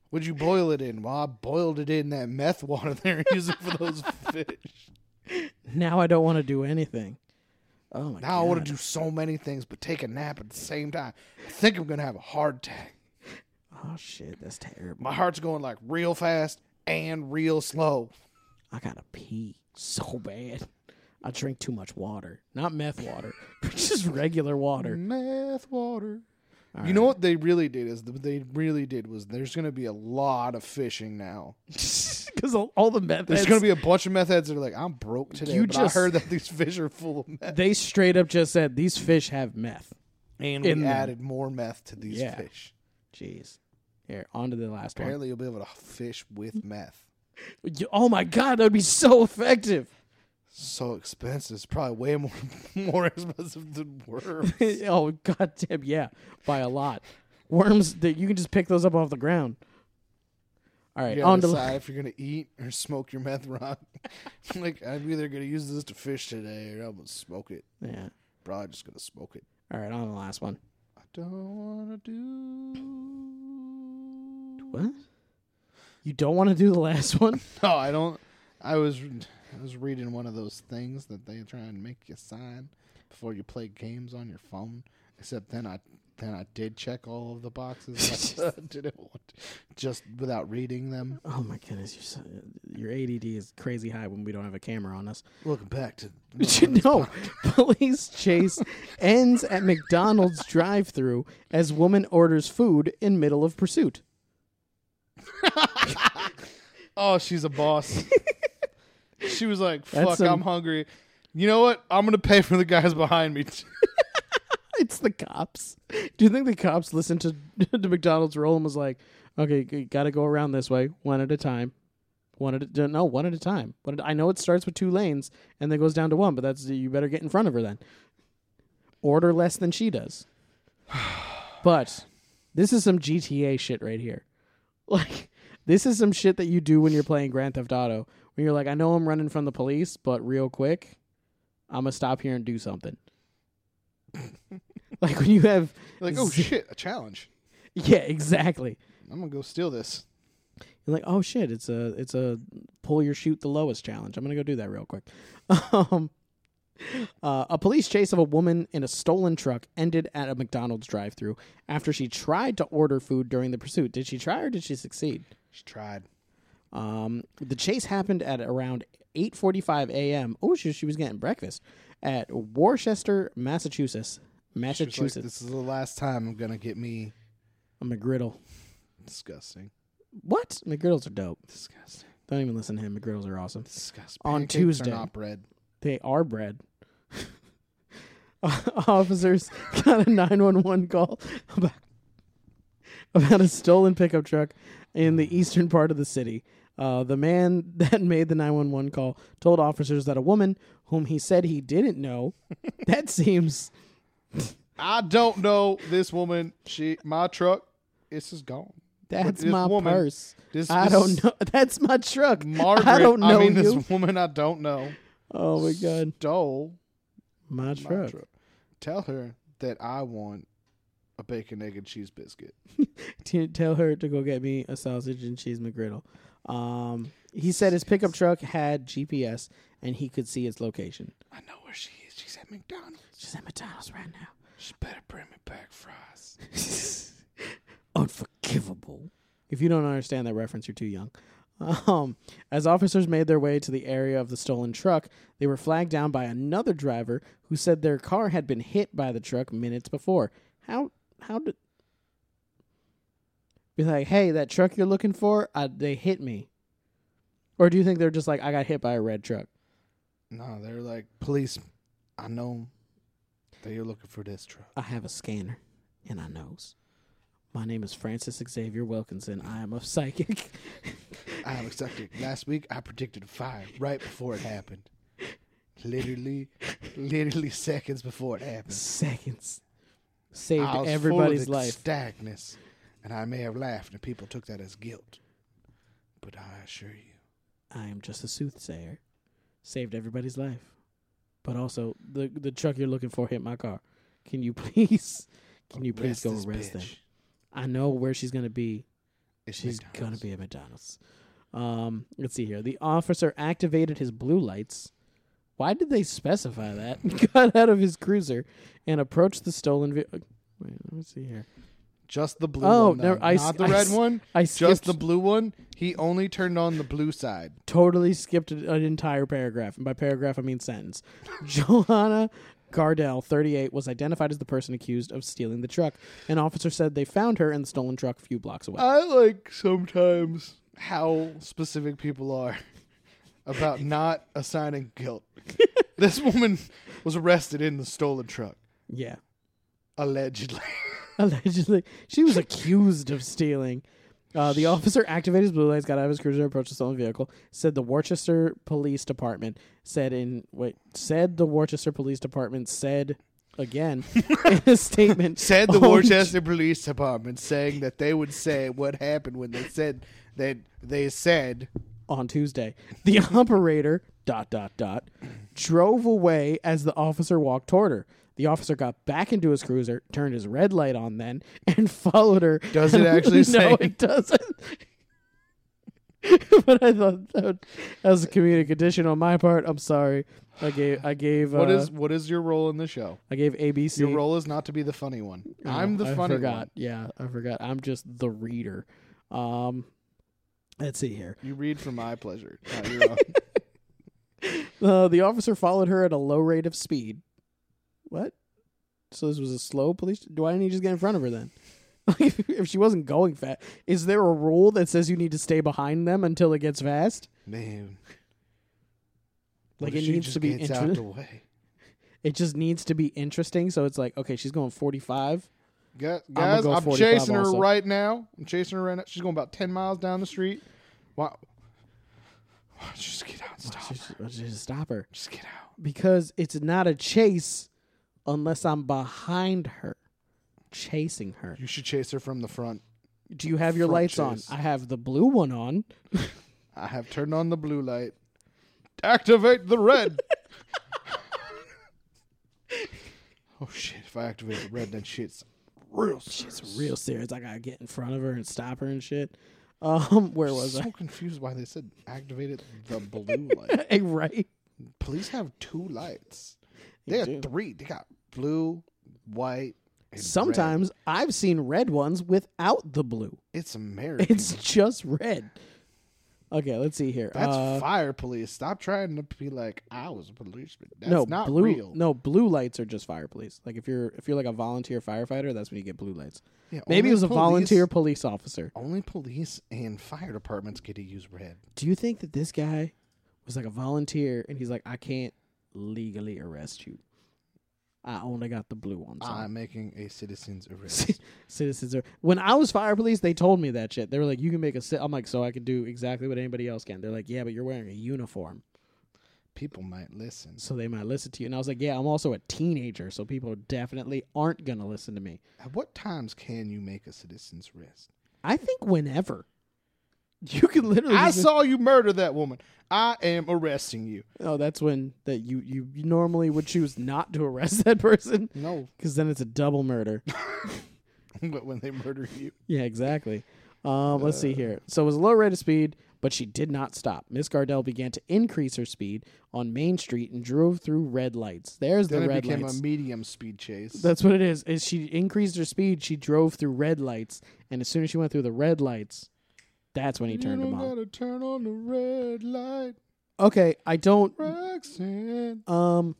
Speaker 1: What'd you boil it in? Well, I boiled it in that meth water they're using for those fish.
Speaker 2: Now I don't want to do anything. Oh my
Speaker 1: Now I
Speaker 2: god.
Speaker 1: want to do so many things, but take a nap at the same time. I think I'm gonna have a heart attack.
Speaker 2: oh shit, that's terrible.
Speaker 1: My heart's going like real fast and real slow.
Speaker 2: I gotta pee so bad. I drink too much water. Not meth water. just regular water.
Speaker 1: Meth water. you know what they really did is what they really did was there's going to be a lot of fishing now.
Speaker 2: Because all, all the meth
Speaker 1: There's
Speaker 2: heads,
Speaker 1: going to be a bunch of meth heads that are like, I'm broke today,
Speaker 2: You
Speaker 1: but
Speaker 2: just-
Speaker 1: I heard that these fish are full of meth.
Speaker 2: they straight up just said these fish have meth.
Speaker 1: And
Speaker 2: In
Speaker 1: we
Speaker 2: them.
Speaker 1: added more meth to these
Speaker 2: Yeah.
Speaker 1: fish.
Speaker 2: Jeez. Here, on to the last one.
Speaker 1: Apparently, you'll be able to fish with meth.
Speaker 2: You- Oh my god, that would be so effective.
Speaker 1: So expensive. It's probably way more more expensive than worms.
Speaker 2: oh god damn, yeah. By a lot. Worms that you can just pick those up off the ground. All right,
Speaker 1: You
Speaker 2: on
Speaker 1: gotta
Speaker 2: to
Speaker 1: decide if you're going to eat or smoke your meth rock. like, I'm either going to use this to fish today or I'm going to smoke it.
Speaker 2: yeah.
Speaker 1: Probably just going to smoke it.
Speaker 2: All right, on to the last one.
Speaker 1: I don't wanna do.
Speaker 2: What? You don't want to do the last one?
Speaker 1: No, I don't. I was I was reading one of those things that they try and make you sign before you play games on your phone. Except then I then I did check all of the boxes. I didn't want just without reading them.
Speaker 2: Oh my goodness, you're so, your ADD is crazy high when we don't have a camera on us.
Speaker 1: Looking back to
Speaker 2: no, police chase ends at McDonald's drive-through as woman orders food in middle of pursuit.
Speaker 1: Oh, she's a boss. she was like,
Speaker 2: That's
Speaker 1: "Fuck,
Speaker 2: some-
Speaker 1: I'm hungry." You know what? I'm gonna pay for the guys behind me.
Speaker 2: It's the cops. Do you think the cops listened to to McDonald's roll and was like, "Okay, you got to go around this way, one at a time, one at a, no, one at a time." One at, I know it starts with two lanes and then goes down to one, but that's you better get in front of her then. Order less than she does. But this is some GTA shit right here. Like this is some shit that you do when you're playing Grand Theft Auto. When you're like, I know I'm running from the police, but real quick, I'm gonna stop here and do something. like when you have
Speaker 1: like, oh shit, a challenge.
Speaker 2: yeah, exactly.
Speaker 1: I'm gonna go steal this.
Speaker 2: You're like, oh shit, it's a it's a pull your shoot the lowest challenge. I'm gonna go do that real quick. um, uh, a police chase of a woman in a stolen truck ended at a McDonald's drive-through after she tried to order food during the pursuit. Did she try or did she succeed?
Speaker 1: She tried.
Speaker 2: Um, the chase happened at around 8:45 a.m. Oh, she, she was getting breakfast at Worcester, Massachusetts.
Speaker 1: She was like,
Speaker 2: Massachusetts.
Speaker 1: this is the last time I'm gonna get me.
Speaker 2: a McGriddle.
Speaker 1: Disgusting.
Speaker 2: What? McGriddles are dope.
Speaker 1: Disgusting.
Speaker 2: Don't even listen to him. McGriddles are awesome.
Speaker 1: Disgusting.
Speaker 2: On
Speaker 1: Pancakes
Speaker 2: Tuesday.
Speaker 1: are not bread.
Speaker 2: They are bread. Officers got a 911 call about, about a stolen pickup truck in the eastern part of the city. Uh, the man that made the 911 call told officers that a woman whom he said he didn't know, that seems
Speaker 1: I don't know this woman. She my truck. This is gone.
Speaker 2: that's
Speaker 1: this
Speaker 2: my
Speaker 1: woman-
Speaker 2: purse.
Speaker 1: This
Speaker 2: I
Speaker 1: this
Speaker 2: don't know. That's my truck.
Speaker 1: Margaret.
Speaker 2: I don't know
Speaker 1: mean,
Speaker 2: you.
Speaker 1: this woman. I don't know.
Speaker 2: oh my god,
Speaker 1: Stole
Speaker 2: my
Speaker 1: my
Speaker 2: truck.
Speaker 1: truck. Tell her that I want a bacon, egg, and cheese biscuit.
Speaker 2: to tell her to go get me a sausage and cheese McGriddle. Um, he said his pickup truck had GPS and he could see its location.
Speaker 1: I know where she is. She's at McDonald's.
Speaker 2: She's at McDonald's right now.
Speaker 1: She better bring me back fries.
Speaker 2: Unforgivable. If you don't understand that reference, you're too young. Um, as officers made their way to the area of the stolen truck, they were flagged down by another driver who said their car had been hit by the truck minutes before. How how did be like, hey, that truck you're looking for, uh, they hit me, or do you think they're just like, I got hit by a red truck?
Speaker 1: No, they're like police. I know that you're looking for this truck.
Speaker 2: I have a scanner and I knows. My name is Francis Xavier Wilkinson. I am a psychic.
Speaker 1: I am excited. Last week, I predicted a fire right before it happened. Literally, literally seconds before it happened.
Speaker 2: Seconds saved
Speaker 1: I was full of
Speaker 2: everybody's life.
Speaker 1: ecstacness, and I may have laughed, and people took that as guilt. But I assure you,
Speaker 2: I am just a soothsayer. Saved everybody's life. But also, the the truck you're looking for hit my car. Can you please, can you please
Speaker 1: arrest
Speaker 2: go
Speaker 1: this
Speaker 2: arrest them?
Speaker 1: bitch.
Speaker 2: I know where she's gonna be.
Speaker 1: It's
Speaker 2: She's gonna
Speaker 1: McDonald's.
Speaker 2: be at McDonald's. Um, let's see here. The officer activated his blue lights. Why did they specify that? Got out of his cruiser and approached the stolen vehicle. Wait, let me see here.
Speaker 1: Just the blue
Speaker 2: Oh,
Speaker 1: one, though.
Speaker 2: never- I
Speaker 1: not
Speaker 2: s-
Speaker 1: the
Speaker 2: I
Speaker 1: red
Speaker 2: s-
Speaker 1: one.
Speaker 2: I
Speaker 1: Just
Speaker 2: skipped-
Speaker 1: the blue one. He only turned on the blue side.
Speaker 2: Totally skipped an an entire paragraph, and by paragraph I mean sentence. Johanna Gardell, 38, was identified as the person accused of stealing the truck. An officer said they found her in the stolen truck a few blocks away.
Speaker 1: I like sometimes how specific people are about not assigning guilt. this woman was arrested in the stolen truck,
Speaker 2: yeah.
Speaker 1: allegedly.
Speaker 2: allegedly she was accused of stealing uh, the officer activated his blue lights got out of his cruiser approached the stolen vehicle said the worcester police department said in wait said the worcester police department said again in a statement Oh,
Speaker 1: Said the
Speaker 2: on-
Speaker 1: Worcester Police Department, saying that they would say what happened when they said that they said
Speaker 2: on tuesday the operator dot dot dot drove away as the officer walked toward her the officer got back into his cruiser turned his red light on then and followed her
Speaker 1: Does it actually
Speaker 2: no,
Speaker 1: say-
Speaker 2: it doesn't but I thought that, would, that was a comedic addition on my part. I'm sorry. I gave I gave uh,
Speaker 1: what is what is your role in the show?
Speaker 2: I gave ABC.
Speaker 1: Your role is not to be the funny one.
Speaker 2: Oh,
Speaker 1: I'm the
Speaker 2: I
Speaker 1: funny
Speaker 2: forgot.
Speaker 1: one.
Speaker 2: Yeah, I forgot. I'm just the reader. Um, let's see here.
Speaker 1: You read for my pleasure. not your own.
Speaker 2: Uh, the officer followed her at a low rate of speed. What? So this was a slow police. Do I need to just get in front of her then? Like, if, if she wasn't going fast, is there a rule that says you need to stay behind them until it gets fast?
Speaker 1: Man,
Speaker 2: Like
Speaker 1: What if
Speaker 2: it
Speaker 1: she
Speaker 2: needs
Speaker 1: just
Speaker 2: to be
Speaker 1: gets out
Speaker 2: interesting.
Speaker 1: the way.
Speaker 2: It just needs to be interesting. So it's like, okay, she's going 45.
Speaker 1: Gu- Guys,
Speaker 2: go
Speaker 1: I'm,
Speaker 2: 45
Speaker 1: chasing her
Speaker 2: also.
Speaker 1: right now. I'm chasing her right now. She's going about 10 miles down the street. Why? Why don't you just get out and stop her?
Speaker 2: Just, just stop her
Speaker 1: Just get out.
Speaker 2: because it's not a chase unless I'm behind her, chasing her.
Speaker 1: You should chase her from the front.
Speaker 2: Do you have your
Speaker 1: Front
Speaker 2: lights
Speaker 1: chase.
Speaker 2: on? I have the blue one on.
Speaker 1: I have turned on the blue light. Activate the red. oh, shit. If I activate the red, then shit's real.
Speaker 2: It's real serious. I gotta get in front of her and stop her and shit. Um, where
Speaker 1: I'm
Speaker 2: was I?
Speaker 1: so confused why they said activated the blue light.
Speaker 2: Hey, right.
Speaker 1: Police have two lights.
Speaker 2: They
Speaker 1: They have
Speaker 2: do.
Speaker 1: three. They got blue, white, and red.
Speaker 2: Sometimes I've seen red ones without the blue.
Speaker 1: It's American.
Speaker 2: It's just red. Okay, let's see here.
Speaker 1: Mm. That's
Speaker 2: Uh,
Speaker 1: fire police. Stop trying to be like I was a policeman. That's
Speaker 2: no,
Speaker 1: not
Speaker 2: blue.
Speaker 1: real.
Speaker 2: No, blue lights are just fire police. Like if you're if you're like a volunteer firefighter, that's when you get blue lights.
Speaker 1: Yeah,
Speaker 2: Maybe
Speaker 1: only
Speaker 2: it was a
Speaker 1: police-
Speaker 2: volunteer police officer.
Speaker 1: Only police and fire departments get to use red.
Speaker 2: Do you think that this guy was like a volunteer and he's like, I can't legally arrest you. I only got the blue ones. on."
Speaker 1: I'm making a citizen's arrest.
Speaker 2: Citizens are. When I was fire police, they told me that shit. They were like, "You can make a sit." I'm like, "So I can do exactly what anybody else can." They're like, "Yeah, but you're wearing a uniform,
Speaker 1: People might listen.
Speaker 2: so they might listen to you." And I was like, "Yeah, I'm also a teenager, so people definitely aren't gonna listen to me."
Speaker 1: At what times can you make a citizen's arrest?
Speaker 2: I think whenever you can literally,
Speaker 1: I
Speaker 2: just-
Speaker 1: saw you murder that woman. I am arresting you.
Speaker 2: oh, that's when that you you you normally would choose not to arrest that person
Speaker 1: No,
Speaker 2: because then it's a double murder.
Speaker 1: but when they murder you,
Speaker 2: Yeah, exactly. Um, let's see here.
Speaker 1: Uh.
Speaker 2: So it was a low rate of speed, but she did not stop. Miss Gardell began to increase her speed on Main Street and drove through red lights. There's
Speaker 1: then
Speaker 2: the
Speaker 1: it
Speaker 2: red
Speaker 1: became
Speaker 2: lights.
Speaker 1: a medium speed chase.
Speaker 2: That's what it is. Is she increased her speed? She drove through red lights, and as soon as she went through the red lights, that's when he turned
Speaker 1: you
Speaker 2: him
Speaker 1: don't
Speaker 2: on.
Speaker 1: gotta turn on the red light,
Speaker 2: Okay, I don't.
Speaker 1: Roxanne.
Speaker 2: Um,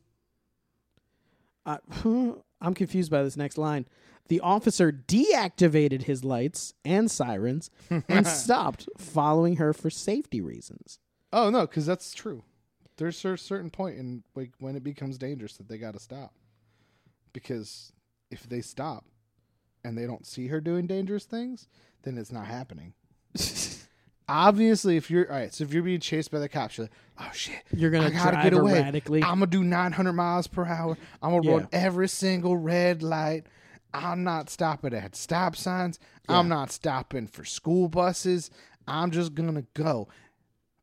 Speaker 2: I, I'm confused by this next line. The officer deactivated his lights and sirens and stopped following her for safety reasons.
Speaker 1: Oh no, because that's true. There's a certain point in like when it becomes dangerous that they gotta stop, because if they stop and they don't see her doing dangerous things, then it's not happening. Obviously, if you're all right, so if you're being chased by the cops, you're like, oh shit,
Speaker 2: You're gonna
Speaker 1: I gotta
Speaker 2: drive
Speaker 1: get away.
Speaker 2: erratically.
Speaker 1: I'm gonna do 900 miles per hour. I'm gonna run every single red light. I'm not stopping at stop signs. I'm not stopping for school buses. I'm just gonna go.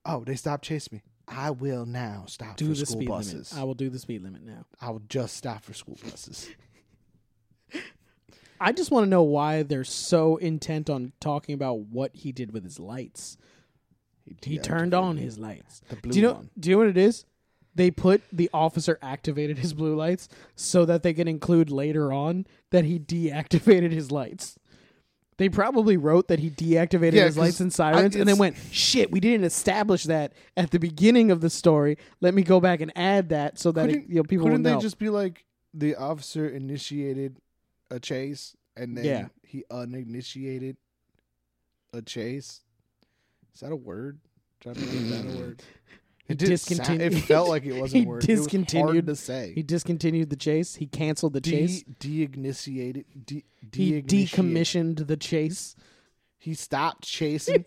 Speaker 1: Oh, they stopped chasing me. I will now stop
Speaker 2: Do
Speaker 1: for
Speaker 2: the
Speaker 1: school
Speaker 2: speed
Speaker 1: buses.
Speaker 2: limit. I will do the speed limit now.
Speaker 1: I will just stop for school buses.
Speaker 2: I just want to know why they're so intent on talking about what he did with his lights. He turned on his lights.
Speaker 1: The blue
Speaker 2: do you know?
Speaker 1: one.
Speaker 2: Do you know what it is? They put the officer activated his blue lights so that they can include later on that he deactivated his lights. They probably wrote that he deactivated
Speaker 1: Yeah,
Speaker 2: his
Speaker 1: 'cause
Speaker 2: lights and
Speaker 1: I-
Speaker 2: sirens, and then
Speaker 1: it's-
Speaker 2: went, "Shit, we didn't establish that at the beginning of the story. Let me go back and add that so that it,
Speaker 1: Couldn't-
Speaker 2: you know, people will
Speaker 1: Couldn't
Speaker 2: know."
Speaker 1: they just be like the officer initiated a chase and then
Speaker 2: Yeah.
Speaker 1: he uninitiated a chase? Is that a word? Is that a- is that a word? It didn't sound-
Speaker 2: discontinued-
Speaker 1: it felt like it wasn't
Speaker 2: He
Speaker 1: a word. It was hard
Speaker 2: discontinued-
Speaker 1: to say.
Speaker 2: He discontinued the chase. He canceled the chase.
Speaker 1: de de-initiated. De-
Speaker 2: He
Speaker 1: de-initiated.
Speaker 2: decommissioned the chase.
Speaker 1: He stopped chasing.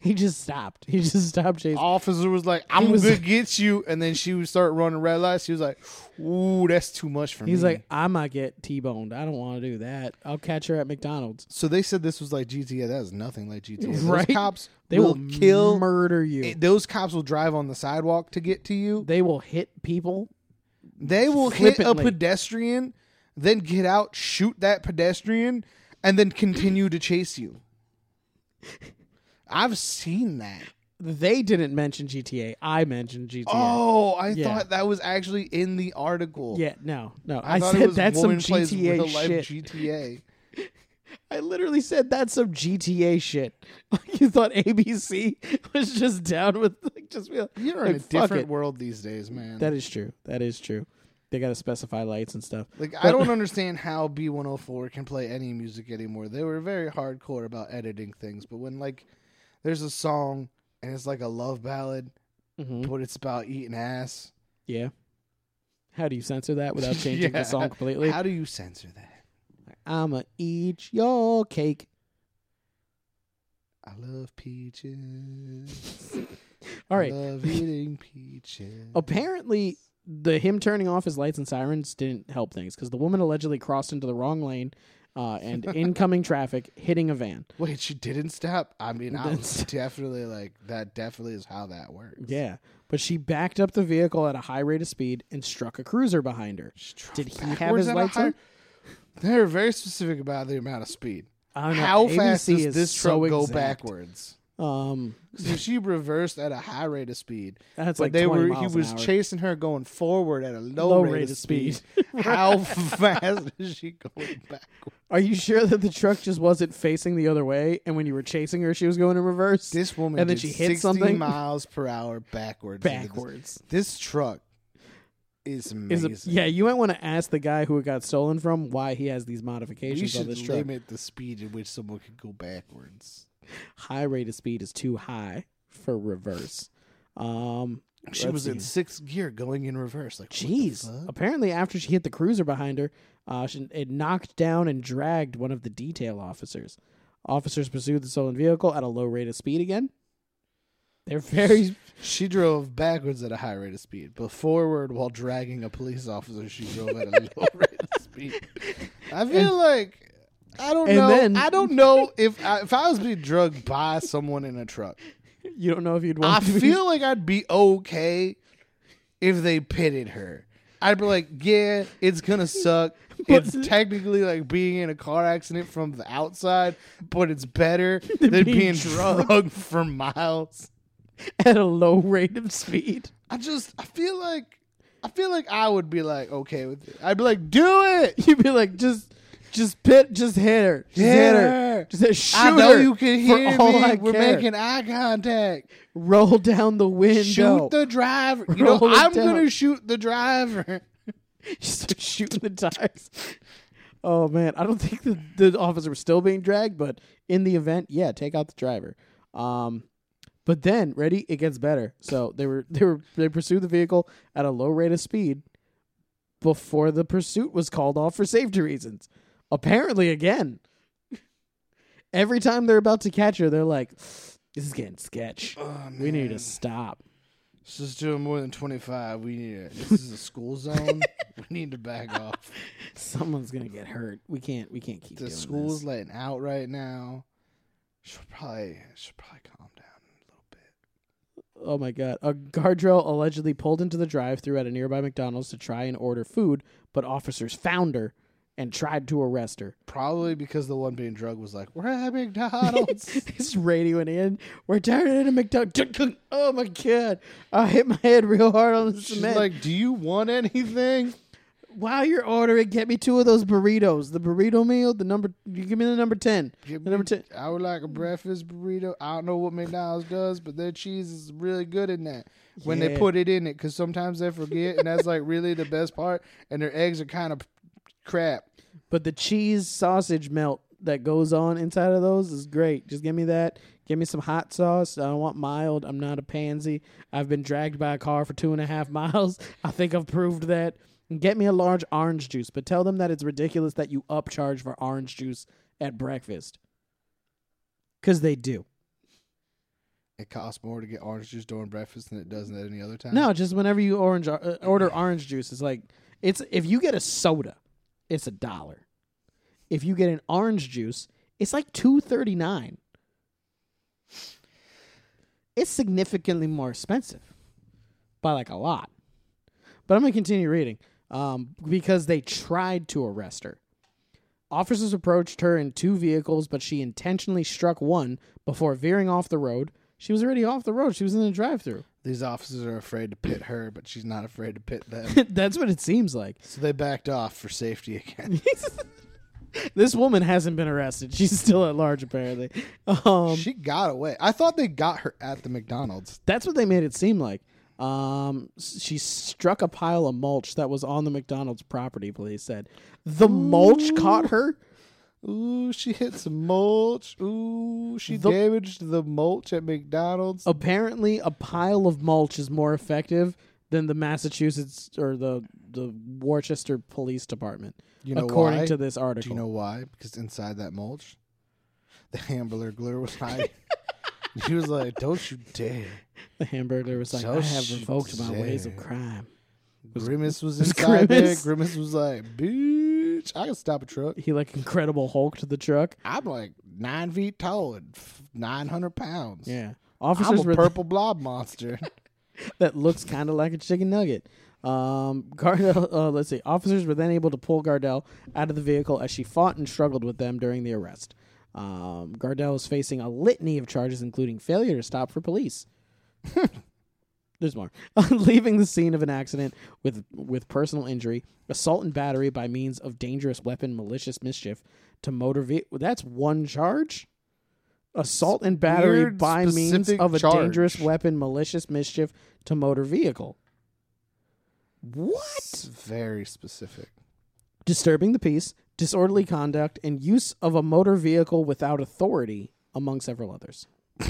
Speaker 2: He just stopped. He just stopped chasing.
Speaker 1: Officer was like, "I'm
Speaker 2: was-
Speaker 1: gonna get you," and then she would start running red lights. She was like, "Ooh, that's too much for me."
Speaker 2: He's like, I might get T-boned. I don't want to do that. I'll catch her at McDonald's.
Speaker 1: So they said this was like GTA. That is nothing like GTA.
Speaker 2: Right?
Speaker 1: Those cops
Speaker 2: They will,
Speaker 1: will, kill.
Speaker 2: murder you.
Speaker 1: it- those cops will drive on the sidewalk to get to you.
Speaker 2: they will hit people.
Speaker 1: They will hit a
Speaker 2: Flippantly.
Speaker 1: pedestrian, then get out, shoot that pedestrian, and then continue to chase you. I've seen that.
Speaker 2: They didn't mention GTA. I mentioned GTA.
Speaker 1: Oh, I
Speaker 2: Yeah.
Speaker 1: thought that was actually in the article.
Speaker 2: Yeah, no, no. I,
Speaker 1: I, thought it
Speaker 2: said
Speaker 1: was
Speaker 2: that's some
Speaker 1: woman plays real
Speaker 2: GTA
Speaker 1: life
Speaker 2: shit.
Speaker 1: GTA.
Speaker 2: I literally said that's some GTA shit. Like you thought ABC was just down with like just be like,
Speaker 1: You're
Speaker 2: like,
Speaker 1: in a
Speaker 2: fuck
Speaker 1: different
Speaker 2: it.
Speaker 1: world these days, man.
Speaker 2: That is true. That is true. They got to specify lights and stuff.
Speaker 1: Like I don't understand how B104 can play any music anymore. They were very hardcore about editing things, but when like there's a song and it's like a love ballad,
Speaker 2: Mhm.
Speaker 1: but it's about eating ass.
Speaker 2: Yeah. How do you censor that without changing
Speaker 1: Yeah.
Speaker 2: the song completely?
Speaker 1: How do you censor that?
Speaker 2: I'ma eat your cake.
Speaker 1: I love peaches.
Speaker 2: All right.
Speaker 1: I love eating peaches.
Speaker 2: Apparently, the him turning off his lights and sirens didn't help things because the woman allegedly crossed into the wrong lane uh, and incoming traffic, hitting a van.
Speaker 1: Wait, she didn't stop. I mean, I was
Speaker 2: That's-
Speaker 1: definitely like that. Definitely is how that works.
Speaker 2: Yeah, but she backed up the vehicle at a high rate of speed and struck a cruiser behind her.
Speaker 1: She drove
Speaker 2: Did he have
Speaker 1: backwards
Speaker 2: his
Speaker 1: at a
Speaker 2: lights
Speaker 1: high-
Speaker 2: on?
Speaker 1: They're very specific about the amount of speed.
Speaker 2: I don't know.
Speaker 1: How
Speaker 2: ABC
Speaker 1: fast
Speaker 2: is
Speaker 1: does this
Speaker 2: so
Speaker 1: truck go
Speaker 2: exact.
Speaker 1: backwards?
Speaker 2: Um,
Speaker 1: So she reversed at a high rate of speed.
Speaker 2: that's
Speaker 1: but
Speaker 2: like
Speaker 1: they
Speaker 2: 20
Speaker 1: were he
Speaker 2: miles an
Speaker 1: was
Speaker 2: hour.
Speaker 1: chasing her going forward at a low,
Speaker 2: Low
Speaker 1: rate, of speed. How fast is she going backwards?
Speaker 2: Are you sure that the truck just wasn't facing the other way? And when you were chasing her, she was going in reverse
Speaker 1: This woman
Speaker 2: And then
Speaker 1: did
Speaker 2: she hit
Speaker 1: 60
Speaker 2: something?
Speaker 1: miles per hour backwards. into this-
Speaker 2: backwards.
Speaker 1: This, truck is
Speaker 2: Is
Speaker 1: amazing.
Speaker 2: it, yeah, you might want to ask the guy who it got stolen from why he has these
Speaker 1: we
Speaker 2: modifications on
Speaker 1: should
Speaker 2: this truck.
Speaker 1: limit the speed at which someone could go backwards.
Speaker 2: High rate of speed is too high for reverse. Um,
Speaker 1: She
Speaker 2: Let's
Speaker 1: was in
Speaker 2: see.
Speaker 1: sixth gear going in reverse. Like, what the
Speaker 2: Jeez.
Speaker 1: fuck?
Speaker 2: Apparently, after she hit the cruiser behind her, uh, she, it knocked down and dragged one of the detail officers. Officers pursued the stolen vehicle at a low rate of speed again. They're very.
Speaker 1: She drove backwards at a high rate of speed, but forward while dragging a police officer. She drove at a low rate of speed. I feel like I don't
Speaker 2: and
Speaker 1: know.
Speaker 2: then-
Speaker 1: I don't know if I, if I was being drugged by someone in a truck,
Speaker 2: you don't know if you'd
Speaker 1: I
Speaker 2: want to be-
Speaker 1: feel like I'd be okay if they pitted her. I'd be like, yeah, it's gonna suck.
Speaker 2: But-
Speaker 1: it's technically like being in a car accident from the outside, but it's better than,
Speaker 2: being
Speaker 1: being,
Speaker 2: drugged.
Speaker 1: drugged for miles.
Speaker 2: at a low rate of speed.
Speaker 1: I just I feel like I feel like I would be like okay with it. I'd be like, do it.
Speaker 2: You'd be like, just, just pit, just hit her, just hit her,
Speaker 1: Yeah.
Speaker 2: just hit, shoot
Speaker 1: I know
Speaker 2: her
Speaker 1: you can
Speaker 2: for
Speaker 1: hear me.
Speaker 2: all I
Speaker 1: We're
Speaker 2: care.
Speaker 1: making eye contact.
Speaker 2: roll down the window,
Speaker 1: Shoot the driver. You know,
Speaker 2: Roll it
Speaker 1: I'm
Speaker 2: down.
Speaker 1: gonna shoot the driver.
Speaker 2: just start shooting the tires. Oh man, I don't think the, the officer was still being dragged, but in the event, yeah, take out the driver. Um, but then, ready, it gets better. So they were they were they pursued the vehicle at a low rate of speed before the pursuit was called off for safety reasons. Apparently, again, every time they're about to catch her, they're like, "This is getting sketch.
Speaker 1: Oh,
Speaker 2: we need to stop."
Speaker 1: This is doing more than 25. We need a, this is a school zone. we need to back off.
Speaker 2: Someone's gonna get hurt. We can't. We can't keep
Speaker 1: The
Speaker 2: doing
Speaker 1: school's
Speaker 2: this.
Speaker 1: letting out right now. Should probably should probably calm down a little bit.
Speaker 2: Oh my god. A guardrail allegedly pulled into the drive through at a nearby McDonald's to try and order food, but officers found her and tried to arrest her.
Speaker 1: Probably because the one being drugged was like, we're at McDonald's.
Speaker 2: He's radioing in. We're turning into McDonald's. Oh my god. I hit my head real hard on the
Speaker 1: She's
Speaker 2: cement.
Speaker 1: like, do you want anything?
Speaker 2: While you're ordering, get me two of those burritos. The burrito meal, the number you give me the number ten.
Speaker 1: Give
Speaker 2: The number
Speaker 1: me-
Speaker 2: ten.
Speaker 1: I would like a breakfast burrito. I don't know what McDonald's does, but their cheese is really good in that when they
Speaker 2: Yeah.
Speaker 1: put it in it because sometimes they forget, and that's like really the best part. And their eggs are kind of crap.
Speaker 2: But the cheese sausage melt that goes on inside of those is great. Just give me that. Give me some hot sauce. I don't want mild. I'm not a pansy. I've been dragged by a car for two and a half miles. I think I've proved that. And get me a large orange juice, but tell them that it's ridiculous that you upcharge for orange juice at breakfast. Because they do.
Speaker 1: It costs more to get orange juice during breakfast than it does at any other time.
Speaker 2: No, just whenever you orange uh, order orange juice, it's like it's if you get a soda, it's a dollar. If you get an orange juice, it's like two thirty nine. It's significantly more expensive by like a lot. But I'm gonna continue reading um, because they tried to arrest her. Officers approached her in two vehicles, but she intentionally struck one before veering off the road. She was already off the road. She was in the drive-through.
Speaker 1: these officers are afraid to pit her, but she's not afraid to pit them.
Speaker 2: That's what it seems like.
Speaker 1: so they backed off for safety again.
Speaker 2: this woman hasn't been arrested. She's still at large, apparently. Um,
Speaker 1: she got away. I thought they got her at the McDonald's.
Speaker 2: that's what they made it seem like. Um, s- she struck a pile of mulch that was on the McDonald's property. Police said the mulch caught her.
Speaker 1: Ooh, she hit some mulch. Ooh, she
Speaker 2: The-
Speaker 1: damaged the mulch at McDonald's.
Speaker 2: Apparently, a pile of mulch is more effective than the Massachusetts or the the Worcester Police Department,
Speaker 1: You know
Speaker 2: according
Speaker 1: why?
Speaker 2: to this article.
Speaker 1: Do you know why? Because inside that mulch, the hamburger was hiding. he was like, "Don't you dare!"
Speaker 2: the hamburger was like,
Speaker 1: So
Speaker 2: "I have
Speaker 1: she
Speaker 2: revoked my ways of
Speaker 1: said-
Speaker 2: crime."
Speaker 1: Grimace was inside there.
Speaker 2: Grimace?
Speaker 1: Grimace was like, "Bitch, I can stop a truck."
Speaker 2: He like Incredible Hulk to the truck.
Speaker 1: I'm like nine feet tall and nine hundred pounds.
Speaker 2: Yeah.
Speaker 1: I'm
Speaker 2: Officers
Speaker 1: a
Speaker 2: were
Speaker 1: purple blob monster.
Speaker 2: that looks kind of like a chicken nugget. Um, Gardell, uh, let's see. Officers were then able to pull Gardell out of the vehicle as she fought and struggled with them during the arrest. Um, Gardell is facing a litany of charges, including failure to stop for police. There's more. Leaving the scene of an accident with with personal injury, assault and battery by means of dangerous weapon, malicious mischief to motor vehicle. That's one charge. Assault and battery
Speaker 1: Weird,
Speaker 2: by means
Speaker 1: specific
Speaker 2: of a
Speaker 1: charge.
Speaker 2: dangerous weapon, malicious mischief to motor vehicle. What?
Speaker 1: It's very specific.
Speaker 2: disturbing the peace, disorderly conduct, and use of a motor vehicle without authority, among several others. uh,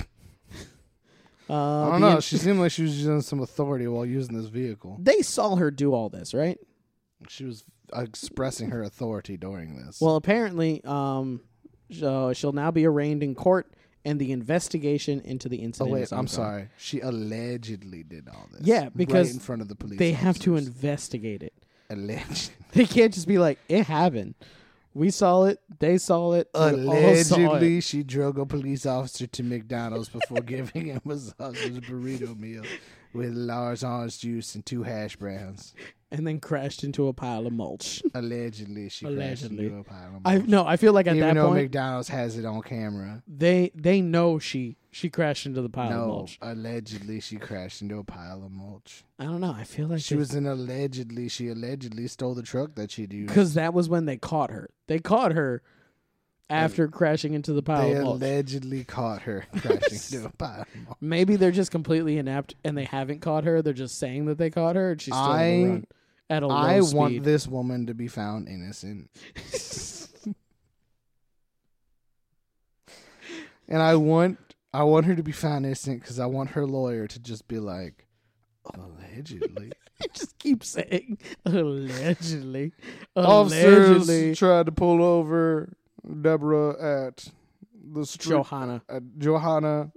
Speaker 1: I don't
Speaker 2: the
Speaker 1: know.
Speaker 2: in-
Speaker 1: she seemed like she was using some authority while using this vehicle.
Speaker 2: they saw her do all this, right?
Speaker 1: She was expressing her authority during this.
Speaker 2: Well, apparently, um, so she'll now be arraigned in court, and the investigation into the
Speaker 1: oh,
Speaker 2: incident.
Speaker 1: wait,
Speaker 2: is
Speaker 1: I'm
Speaker 2: ongoing.
Speaker 1: sorry. She allegedly did all this.
Speaker 2: Yeah, because
Speaker 1: right in front of the police.
Speaker 2: They have to
Speaker 1: officers.
Speaker 2: investigate it.
Speaker 1: Alleged-
Speaker 2: They can't just be like, "It happened. We saw it. They saw it. we all saw it."
Speaker 1: allegedly she drug a police officer to McDonald's before giving him a sausage burrito meal with large orange juice and two hash browns.
Speaker 2: and then crashed into a pile of mulch."
Speaker 1: Allegedly, she
Speaker 2: Allegedly.
Speaker 1: crashed into a pile of
Speaker 2: I
Speaker 1: mulch.
Speaker 2: no, I feel like at
Speaker 1: Even
Speaker 2: that
Speaker 1: though
Speaker 2: point,
Speaker 1: McDonald's has it on camera.
Speaker 2: they they know she she crashed into the pile of
Speaker 1: no,
Speaker 2: mulch.
Speaker 1: allegedly she crashed into a pile of mulch.
Speaker 2: I don't know. I feel like
Speaker 1: She was an allegedly. She allegedly stole the truck that she'd used.
Speaker 2: because that was when they caught her. They caught her after crashing into the pile
Speaker 1: They
Speaker 2: of mulch.
Speaker 1: allegedly caught her crashing into a pile. Of mulch.
Speaker 2: Maybe they're just completely inept and they haven't caught her. They're just saying that they caught her and she's still on the
Speaker 1: I-
Speaker 2: run at a low
Speaker 1: I
Speaker 2: speed.
Speaker 1: want this woman to be found innocent, and I want I want her to be found innocent because I want her lawyer to just be like, allegedly,
Speaker 2: I just keep saying allegedly, allegedly,
Speaker 1: officers tried to pull over Deborah at the street
Speaker 2: Johanna.
Speaker 1: at Johanna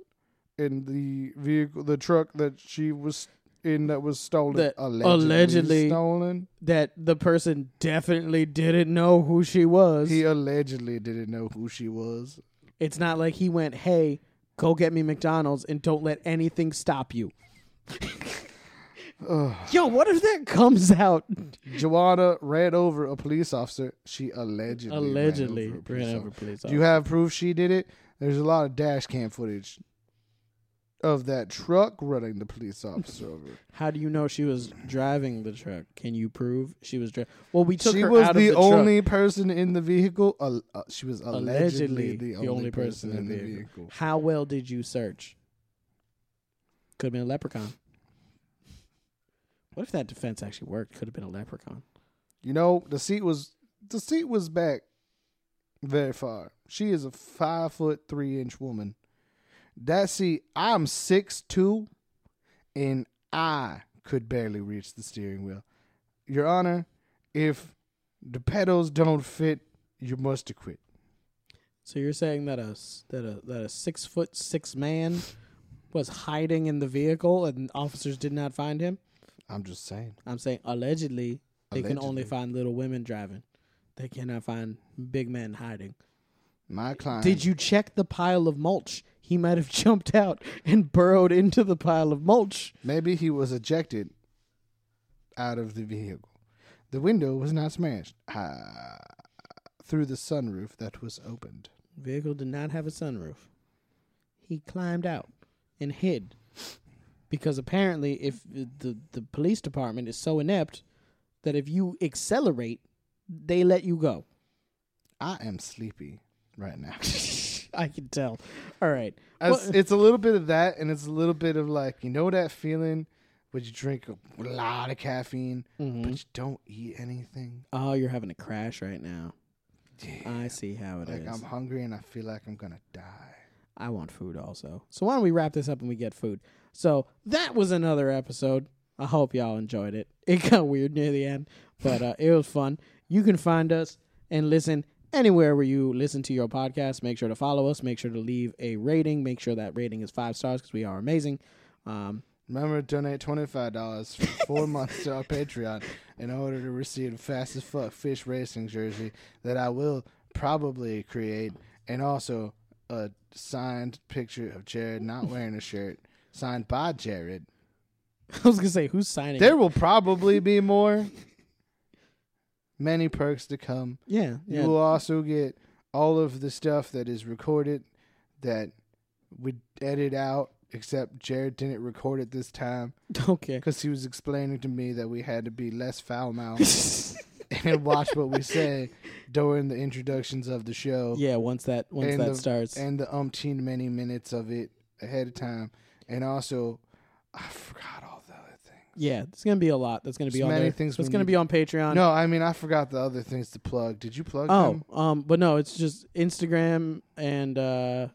Speaker 1: in the vehicle, the truck that she was in that was stolen.
Speaker 2: That
Speaker 1: allegedly,
Speaker 2: allegedly-
Speaker 1: stolen.
Speaker 2: That the person definitely didn't know who she was.
Speaker 1: He allegedly didn't know who she was.
Speaker 2: It's not like he went, "Hey, go get me McDonald's and don't let anything stop you."
Speaker 1: Ugh.
Speaker 2: Yo, what if that comes out?
Speaker 1: Joanna ran over a police officer. She allegedly
Speaker 2: Allegedly,
Speaker 1: ran over a police
Speaker 2: ran
Speaker 1: officer.
Speaker 2: over police
Speaker 1: Do you have proof she did it? There's a lot of dash cam footage of that truck running the police officer over.
Speaker 2: How do you know she was driving the truck? Can you prove she was driving? Well, we took
Speaker 1: she
Speaker 2: her
Speaker 1: was
Speaker 2: out
Speaker 1: the,
Speaker 2: of the truck.
Speaker 1: only person in the vehicle. al- uh, she was allegedly, the, only, person, in the vehicle.
Speaker 2: How well did you search? Could have been a leprechaun. What if that defense actually worked? Could have been a leprechaun.
Speaker 1: You know, the seat was the seat was back very far. She is a five foot three inch woman. That seat, I'm six two, and I could barely reach the steering wheel. Your Honor, if the pedals don't fit, you must have quit.
Speaker 2: So you're saying that a s- that a that a six foot six man was hiding in the vehicle and officers did not find him?
Speaker 1: I'm just saying.
Speaker 2: I'm saying allegedly they can only
Speaker 1: Allegedly.
Speaker 2: find little women driving. They cannot find big men hiding.
Speaker 1: My client
Speaker 2: Did you check the pile of mulch? He might have jumped out and burrowed into the pile of mulch.
Speaker 1: maybe he was ejected out of the vehicle. The window was not smashed. Ah, through the sunroof that was opened.
Speaker 2: Vehicle did not have a sunroof. He climbed out and hid because apparently, if the the police department is so inept that if you accelerate, they let you go.
Speaker 1: I am sleepy right now.
Speaker 2: I can tell. All right.
Speaker 1: It's,
Speaker 2: What-
Speaker 1: it's a little bit of that, and it's a little bit of like you know that feeling when you drink a lot of caffeine, but you don't eat anything.
Speaker 2: Oh, you're having a crash right now.
Speaker 1: Yeah.
Speaker 2: I see how it is.
Speaker 1: Like I'm hungry and I feel like I'm gonna die.
Speaker 2: I want food also. So why don't we wrap this up and we get food? So that was another episode. I hope y'all enjoyed it. It got weird near the end, but uh, it was fun. You can find us and listen anywhere where you listen to your podcast. Make sure to follow us. Make sure to leave a rating. Make sure that rating is five stars because we are amazing. Um,
Speaker 1: Remember to donate twenty five dollars for four months to our Patreon in order to receive a fast as fuck fish racing jersey that I will probably create, and also a signed picture of Jared not wearing a shirt, signed by Jared.
Speaker 2: I was gonna say who's signing?
Speaker 1: There will probably be more. Many perks to come.
Speaker 2: yeah, yeah.
Speaker 1: You will also get all of the stuff that is recorded that we edit out, except Jared didn't record it this time
Speaker 2: Okay.
Speaker 1: because he was explaining to me that we had to be less foul mouthed and watch what we say during the introductions of the show
Speaker 2: yeah. Once that once
Speaker 1: And
Speaker 2: that
Speaker 1: the-
Speaker 2: starts,
Speaker 1: and the umpteen many minutes of it ahead of time. And also, I forgot all the other things.
Speaker 2: yeah, there's gonna be a lot. That's gonna be
Speaker 1: So
Speaker 2: on
Speaker 1: many
Speaker 2: there.
Speaker 1: things
Speaker 2: That's
Speaker 1: we
Speaker 2: gonna
Speaker 1: need-
Speaker 2: be on Patreon.
Speaker 1: No, I mean I forgot the other things to plug. Did you plug
Speaker 2: Oh,
Speaker 1: them?
Speaker 2: um, but no, it's just Instagram and uh,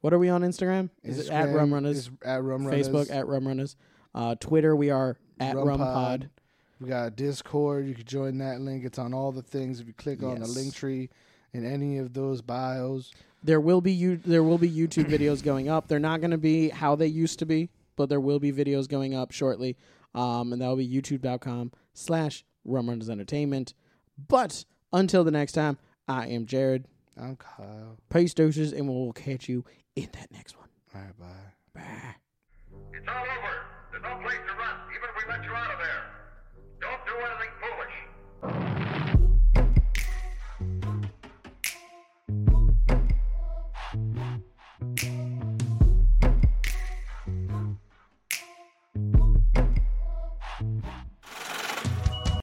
Speaker 2: what are we on Instagram? Is it at
Speaker 1: Instagram
Speaker 2: Rum Runners?
Speaker 1: is At Rum Runners.
Speaker 2: Facebook at Rum Runners. Uh, Twitter we are at
Speaker 1: Rum
Speaker 2: Rum
Speaker 1: Pod.
Speaker 2: Pod.
Speaker 1: We got Discord. You can join that link. It's on all the things. If you click on the
Speaker 2: Yes.
Speaker 1: link tree in any of those bios,
Speaker 2: There will be you. There will be YouTube videos going up. They're not going to be how they used to be, but there will be videos going up shortly. Um, and that will be YouTube.com/slash Rum Runners Entertainment. But until the next time, I am Jared.
Speaker 1: I'm Kyle.
Speaker 2: Peace, doses, and we'll catch you in that next one.
Speaker 1: All right, bye.
Speaker 2: Bye.
Speaker 3: It's all over. There's no place to run, even if we let you out of there. Don't do anything foolish.